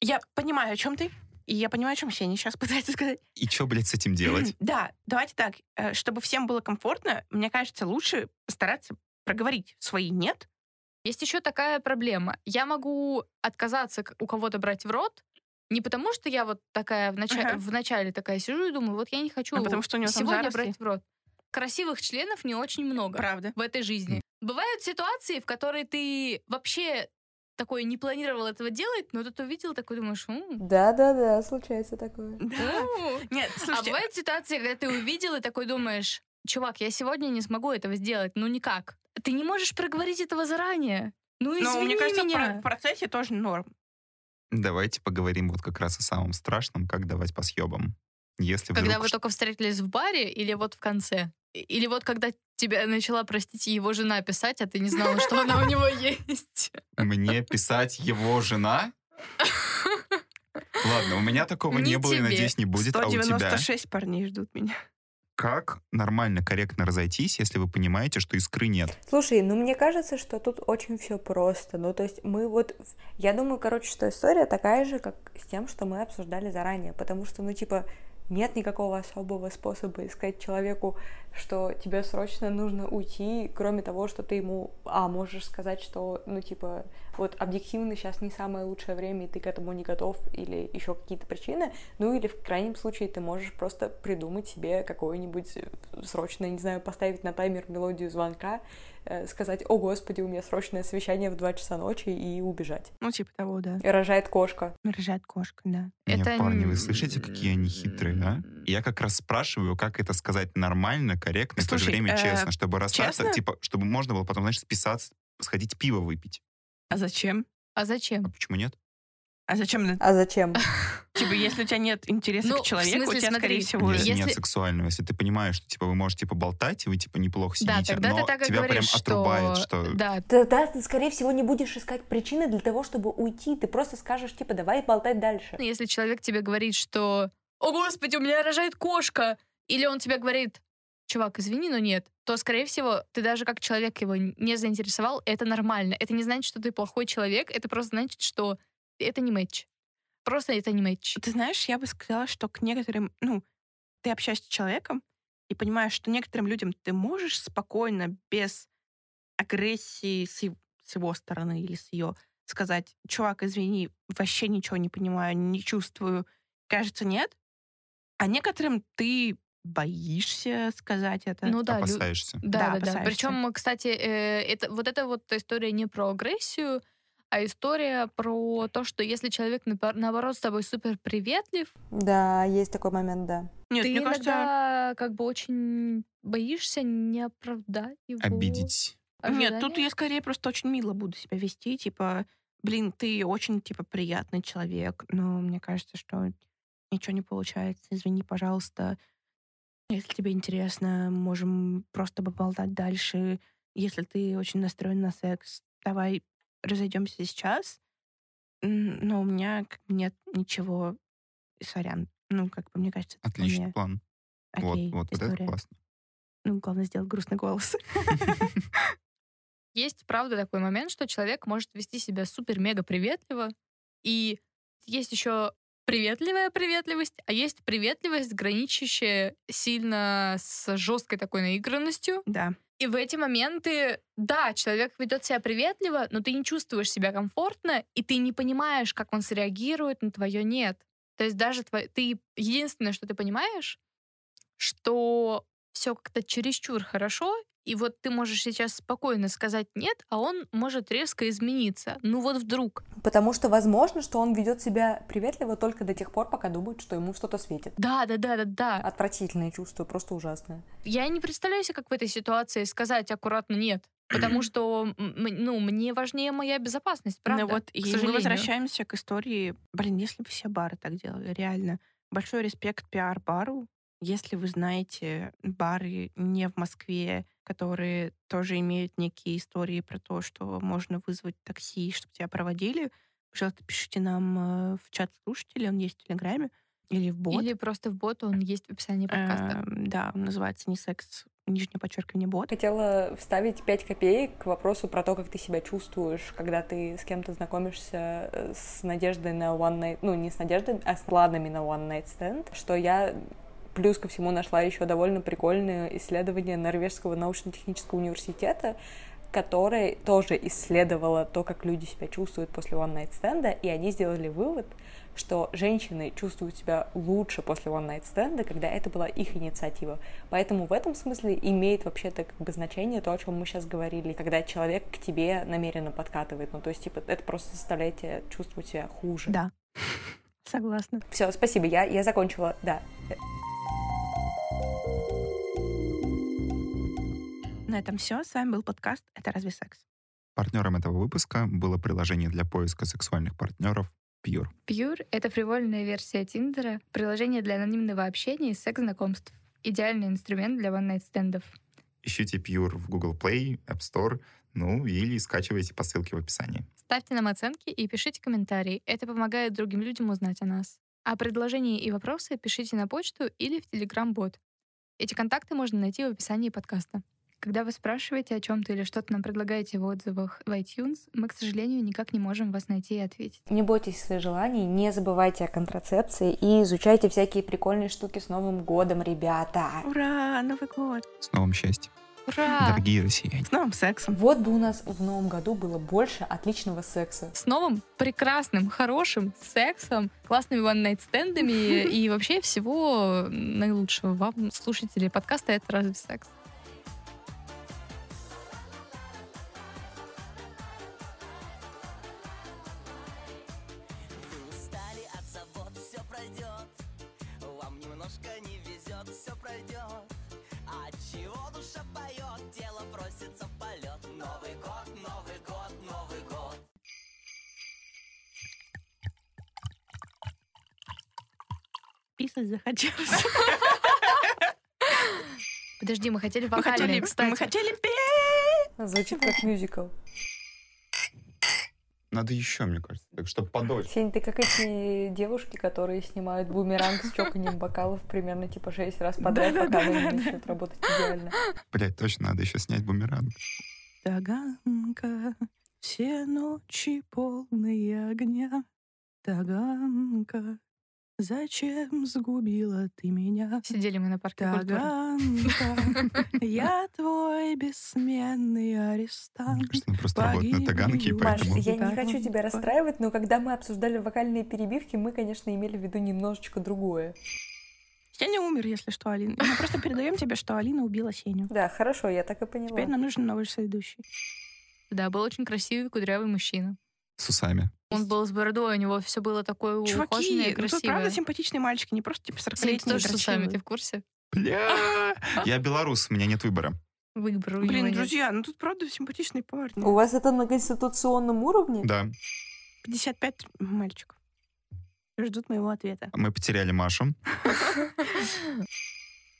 [SPEAKER 1] Я понимаю, о чем ты, и я понимаю, о чем Сеня сейчас [laughs] пытается сказать.
[SPEAKER 3] И что, блядь, с этим делать?
[SPEAKER 1] [clears throat] Да, давайте так. э, Чтобы всем было комфортно, мне кажется, лучше стараться проговорить свои «нет»,
[SPEAKER 2] Есть еще такая проблема. Я могу отказаться к- у кого-то брать в рот, не потому что я вот такая в начале,
[SPEAKER 1] Ага.
[SPEAKER 2] такая сижу и думаю, вот я не хочу
[SPEAKER 1] а потому что у него там
[SPEAKER 2] сегодня
[SPEAKER 1] заросли. Э,
[SPEAKER 2] брать в рот. Красивых членов не очень много
[SPEAKER 1] Правда.
[SPEAKER 2] в этой жизни. Бывают ситуации, в которые ты вообще такой не планировал этого делать, но тут увидел, такой думаешь, «М,
[SPEAKER 4] Да-да-да, случается такое.
[SPEAKER 1] [laughs] Да.
[SPEAKER 2] м».
[SPEAKER 1] [laughs] Нет,
[SPEAKER 2] а
[SPEAKER 1] слушайте,
[SPEAKER 2] бывают ситуации, когда ты увидел и такой думаешь, чувак, я сегодня не смогу этого сделать, ну никак. Ты не можешь проговорить этого заранее. Ну извини
[SPEAKER 1] но мне кажется, в
[SPEAKER 2] меня.
[SPEAKER 1] про- в процессе тоже [laughs] норм.
[SPEAKER 3] Давайте поговорим вот как раз о самом страшном, как давать по съебам. Если
[SPEAKER 2] Когда
[SPEAKER 3] вдруг
[SPEAKER 2] вы только встретились в баре или вот в конце? И- Или вот когда тебя начала, простите, его жена писать, а ты не знала, что
[SPEAKER 3] [laughs]
[SPEAKER 2] она у него есть? [laughs]
[SPEAKER 3] мне писать его жена... Ладно, у меня такого
[SPEAKER 2] Не
[SPEAKER 3] не было, и,
[SPEAKER 2] тебе.
[SPEAKER 3] надеюсь, не [laughs] будет, а у тебя?
[SPEAKER 1] 196 парней ждут меня. [laughs]
[SPEAKER 3] Как нормально, корректно разойтись, если вы понимаете, что искры нет?
[SPEAKER 4] Слушай, ну мне кажется, что тут очень все просто. Ну, то есть мы вот... в- Я думаю, короче, что история такая же, как с тем, что мы обсуждали заранее. Потому что, ну, типа, нет никакого особого способа искать человеку, что тебе срочно нужно уйти, кроме того, что ты ему, а, можешь сказать, что, ну, типа, вот объективно сейчас не самое лучшее время, и ты к этому не готов, или еще какие-то причины. Ну, или в крайнем случае ты можешь просто придумать себе какое-нибудь э, срочное, не знаю, поставить на таймер мелодию звонка, э, сказать, о господи, у меня срочное совещание в 2 часа ночи и убежать.
[SPEAKER 1] Ну, типа того, да.
[SPEAKER 4] И Рожает кошка.
[SPEAKER 1] Рожает кошка, да.
[SPEAKER 3] Не,
[SPEAKER 2] Это
[SPEAKER 3] парни,
[SPEAKER 2] н-
[SPEAKER 3] вы слышите, какие они хитрые, а? Я как раз спрашиваю, как это сказать нормально, корректно, и в то же
[SPEAKER 1] Слушай,
[SPEAKER 3] время
[SPEAKER 1] э,
[SPEAKER 3] честно, чтобы расстаться,
[SPEAKER 1] честно?
[SPEAKER 3] типа, чтобы можно было потом, знаешь, списаться, сходить пиво выпить.
[SPEAKER 1] А зачем?
[SPEAKER 2] А
[SPEAKER 3] А
[SPEAKER 2] зачем?
[SPEAKER 3] почему нет?
[SPEAKER 1] А зачем?
[SPEAKER 4] А зачем?
[SPEAKER 1] Типа, если у тебя нет интереса
[SPEAKER 2] Ну,
[SPEAKER 1] к человеку,
[SPEAKER 2] в смысле,
[SPEAKER 1] у тебя,
[SPEAKER 2] смотри,
[SPEAKER 1] скорее всего...
[SPEAKER 3] Если, нет
[SPEAKER 2] Если-
[SPEAKER 3] сексуального, если ты понимаешь, что типа вы можете поболтать, и вы типа неплохо
[SPEAKER 2] Да,
[SPEAKER 3] сидите,
[SPEAKER 2] тогда
[SPEAKER 3] но
[SPEAKER 2] ты так и
[SPEAKER 3] тебя
[SPEAKER 2] говоришь,
[SPEAKER 3] прям отрубает, что,
[SPEAKER 2] Да,
[SPEAKER 4] Тогда ты, скорее всего, не будешь искать причины для того, чтобы уйти. Ты просто скажешь, типа, давай болтать дальше.
[SPEAKER 2] если человек тебе говорит, что «О, Господи, у меня рожает кошка!» Или он тебе говорит «Чувак, извини, но нет», то, скорее всего, ты даже как человек его не заинтересовал, это нормально. Это не значит, что ты плохой человек, это просто значит, что это не матч. Просто это не матч.
[SPEAKER 1] Ты знаешь, я бы сказала, что к некоторым, ну, ты общаешься с человеком и понимаешь, что некоторым людям ты можешь спокойно, без агрессии с, ев- с его стороны или с ее, сказать, чувак, извини, вообще ничего не понимаю, не чувствую, кажется, нет. А некоторым ты боишься сказать это.
[SPEAKER 2] Ну да, лю-
[SPEAKER 3] опасаешься.
[SPEAKER 1] Да,
[SPEAKER 2] Да, да, да.
[SPEAKER 1] опасаешься.
[SPEAKER 2] Причем, кстати, э, это, вот эта вот история не про агрессию, а история про то, что если человек, напор- наоборот, с тобой супер приветлив,
[SPEAKER 4] Да, есть такой момент, да.
[SPEAKER 1] Нет,
[SPEAKER 2] ты
[SPEAKER 1] мне кажется...
[SPEAKER 2] иногда как бы очень боишься не оправдать его.
[SPEAKER 3] Обидеть.
[SPEAKER 1] Нет, тут
[SPEAKER 2] ожидания.
[SPEAKER 1] я скорее просто очень мило буду себя вести, типа, блин, ты очень, типа, приятный человек, но мне кажется, что ничего не получается, извини, пожалуйста. Если тебе интересно, можем просто поболтать дальше. Если ты очень настроен на секс, давай разойдемся сейчас. М, Но у меня как бы нет ничего, сорян. Ну, как бы, мне кажется, это
[SPEAKER 3] Отличный
[SPEAKER 1] вполне
[SPEAKER 3] план. вот,
[SPEAKER 1] окей
[SPEAKER 3] вот, вот это
[SPEAKER 1] история.
[SPEAKER 3] классно.
[SPEAKER 1] Ну, главное сделать грустный голос. [laughs]
[SPEAKER 2] Есть, правда, такой момент, что человек может вести себя супер-мега приветливо, и есть еще приветливая приветливость, а есть приветливость, граничащая сильно с жесткой такой наигранностью,
[SPEAKER 1] Да.
[SPEAKER 2] И в эти моменты, да, человек ведет себя приветливо, но ты не чувствуешь себя комфортно, и ты не понимаешь, как он среагирует на твое нет. То есть даже твой, ты единственное, что ты понимаешь, что все как-то чересчур хорошо, и вот ты можешь сейчас спокойно сказать нет, а он может резко измениться. Ну вот вдруг.
[SPEAKER 4] Потому что возможно, что он ведет себя приветливо только до тех пор, пока думает, что ему что-то светит.
[SPEAKER 2] Да, да, да, да, да.
[SPEAKER 4] Отвратительное чувство, просто ужасное.
[SPEAKER 2] Я не представляю себе, как в этой ситуации сказать аккуратно нет. Потому что, м- м- ну, мне важнее моя безопасность, правда?
[SPEAKER 1] Ну вот,
[SPEAKER 2] к
[SPEAKER 1] и мы
[SPEAKER 2] сожалению.
[SPEAKER 1] возвращаемся к истории. Блин, если бы все бары так делали, реально. Большой респект пиар-бару. Если вы знаете бары не в Москве, которые тоже имеют некие истории про то, что можно вызвать такси, чтобы тебя проводили, пожалуйста, пишите нам э, в чат слушателей, он есть в Телеграме, или в бот.
[SPEAKER 2] Или просто в бот, он есть в описании подкаста.
[SPEAKER 1] Э, да, он называется не секс, нижнее подчеркивание бот.
[SPEAKER 4] Хотела вставить 5 копеек к вопросу про то, как ты себя чувствуешь, когда ты с кем-то знакомишься э, с надеждой на one night... Ну, не с надеждой, а с планами на one night stand, что я плюс ко всему нашла еще довольно прикольное исследование Норвежского научно-технического университета, которое тоже исследовало то, как люди себя чувствуют после one night стенда, и они сделали вывод, что женщины чувствуют себя лучше после one night стенда, когда это была их инициатива. Поэтому в этом смысле имеет вообще-то как бы значение то, о чем мы сейчас говорили, когда человек к тебе намеренно подкатывает. Ну, то есть, типа, это просто заставляет тебя чувствовать себя
[SPEAKER 2] [laughs]
[SPEAKER 4] хуже.
[SPEAKER 1] Да. Согласна.
[SPEAKER 4] Все, спасибо, я, я закончила, да.
[SPEAKER 1] На этом все. С вами был подкаст «Это разве секс?».
[SPEAKER 3] Партнером этого выпуска было приложение для поиска сексуальных партнеров Pure.
[SPEAKER 2] Pure — это фривольная версия Тиндера, приложение для анонимного общения и секс-знакомств. Идеальный инструмент для ван-найт-стендов.
[SPEAKER 7] Ищите Pure в Google Play, App Store, ну или скачивайте по ссылке в описании.
[SPEAKER 2] Ставьте нам оценки и пишите комментарии. Это помогает другим людям узнать о нас. А предложения и вопросы пишите на почту или в Telegram-бот. Эти контакты можно найти в описании подкаста. Когда вы спрашиваете о чем-то или что-то нам предлагаете в отзывах в iTunes, мы, к сожалению, никак не можем вас найти и ответить.
[SPEAKER 4] Не бойтесь своих желаний, не забывайте о контрацепции и изучайте всякие прикольные штуки с Новым годом, ребята.
[SPEAKER 1] Ура! Новый год!
[SPEAKER 3] С новым счастьем,
[SPEAKER 2] Ура!
[SPEAKER 3] дорогие россияне.
[SPEAKER 1] С новым сексом!
[SPEAKER 4] Вот бы у нас в новом году было больше отличного секса.
[SPEAKER 2] С новым, прекрасным, хорошим сексом, классными [laughs] ван-найт-стендами и вообще всего наилучшего вам, слушатели подкаста «Это разве секс?».
[SPEAKER 6] Вы устали от забот, все пройдет. Вам немножко не везет, все пройдет. От чего душа поет, тело просится в полет. Новый год, Новый год, Новый год.
[SPEAKER 1] Писать захотелось.
[SPEAKER 2] Подожди, мы хотели
[SPEAKER 1] [laughs] Мы
[SPEAKER 2] вокальные,
[SPEAKER 1] хотели,
[SPEAKER 2] кстати.
[SPEAKER 1] мы хотели петь.
[SPEAKER 4] Звучит как мюзикл.
[SPEAKER 3] Надо еще, мне кажется, так что подольше.
[SPEAKER 4] Сень, ты как эти девушки, которые снимают бумеранг с чоканием бокалов примерно типа шесть раз подряд,
[SPEAKER 1] Да-да-да-да-да.
[SPEAKER 4] пока они начнут работать идеально.
[SPEAKER 3] Блять, точно, надо еще снять бумеранг.
[SPEAKER 1] Таганка, все ночи полные огня. Таганка, зачем сгубила ты меня?
[SPEAKER 2] Сидели мы на парке
[SPEAKER 1] [laughs]
[SPEAKER 2] культуры.
[SPEAKER 1] Таганка, я твой бессменный
[SPEAKER 3] Мне
[SPEAKER 1] арестант.
[SPEAKER 3] кажется, она просто работает на
[SPEAKER 1] Погибли
[SPEAKER 3] Таганке, и
[SPEAKER 1] у
[SPEAKER 4] Маш,
[SPEAKER 1] Поэтому-
[SPEAKER 3] поэтому...
[SPEAKER 4] я не
[SPEAKER 1] Да,
[SPEAKER 4] хочу
[SPEAKER 1] ну,
[SPEAKER 4] тебя
[SPEAKER 1] по-
[SPEAKER 4] расстраивать, но когда мы обсуждали вокальные перебивки, мы, конечно, имели в виду немножечко другое.
[SPEAKER 1] Я не умер, если что, Алина. Мы просто передаем тебе, что Алина убила Сеню.
[SPEAKER 4] Да, хорошо, я так и поняла.
[SPEAKER 1] Теперь нам нужен новый следующий.
[SPEAKER 2] Да, был очень красивый кудрявый мужчина.
[SPEAKER 3] С усами.
[SPEAKER 2] Он был с бородой, у него все было такое ухоженное,
[SPEAKER 1] Чуваки, ну тут
[SPEAKER 2] красивое.
[SPEAKER 1] правда симпатичные мальчики, не просто типа
[SPEAKER 2] Кстати,
[SPEAKER 1] 40-летние
[SPEAKER 2] тоже с усами,
[SPEAKER 1] дрочилы.
[SPEAKER 2] ты в курсе?
[SPEAKER 3] Бля! Я белорус, у меня нет выбора.
[SPEAKER 2] Выбор у него
[SPEAKER 1] Блин,
[SPEAKER 2] нет.
[SPEAKER 1] друзья, ну тут правда симпатичные парни.
[SPEAKER 4] У вас это на конституционном уровне?
[SPEAKER 3] Да,
[SPEAKER 1] 55 мальчиков ждут моего ответа.
[SPEAKER 3] мы потеряли Машу.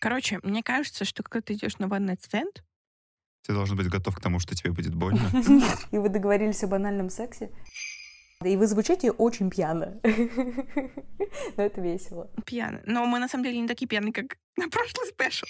[SPEAKER 1] Короче, мне кажется, что когда ты идешь на one night stand,
[SPEAKER 3] Ты должен быть готов к тому, что тебе будет больно.
[SPEAKER 4] И вы договорились о банальном сексе? Да и вы звучите очень пьяно. [laughs] Но это весело.
[SPEAKER 1] [laughs] пьяный, но мы на самом деле не такие пьяные, как на прошлый спешл.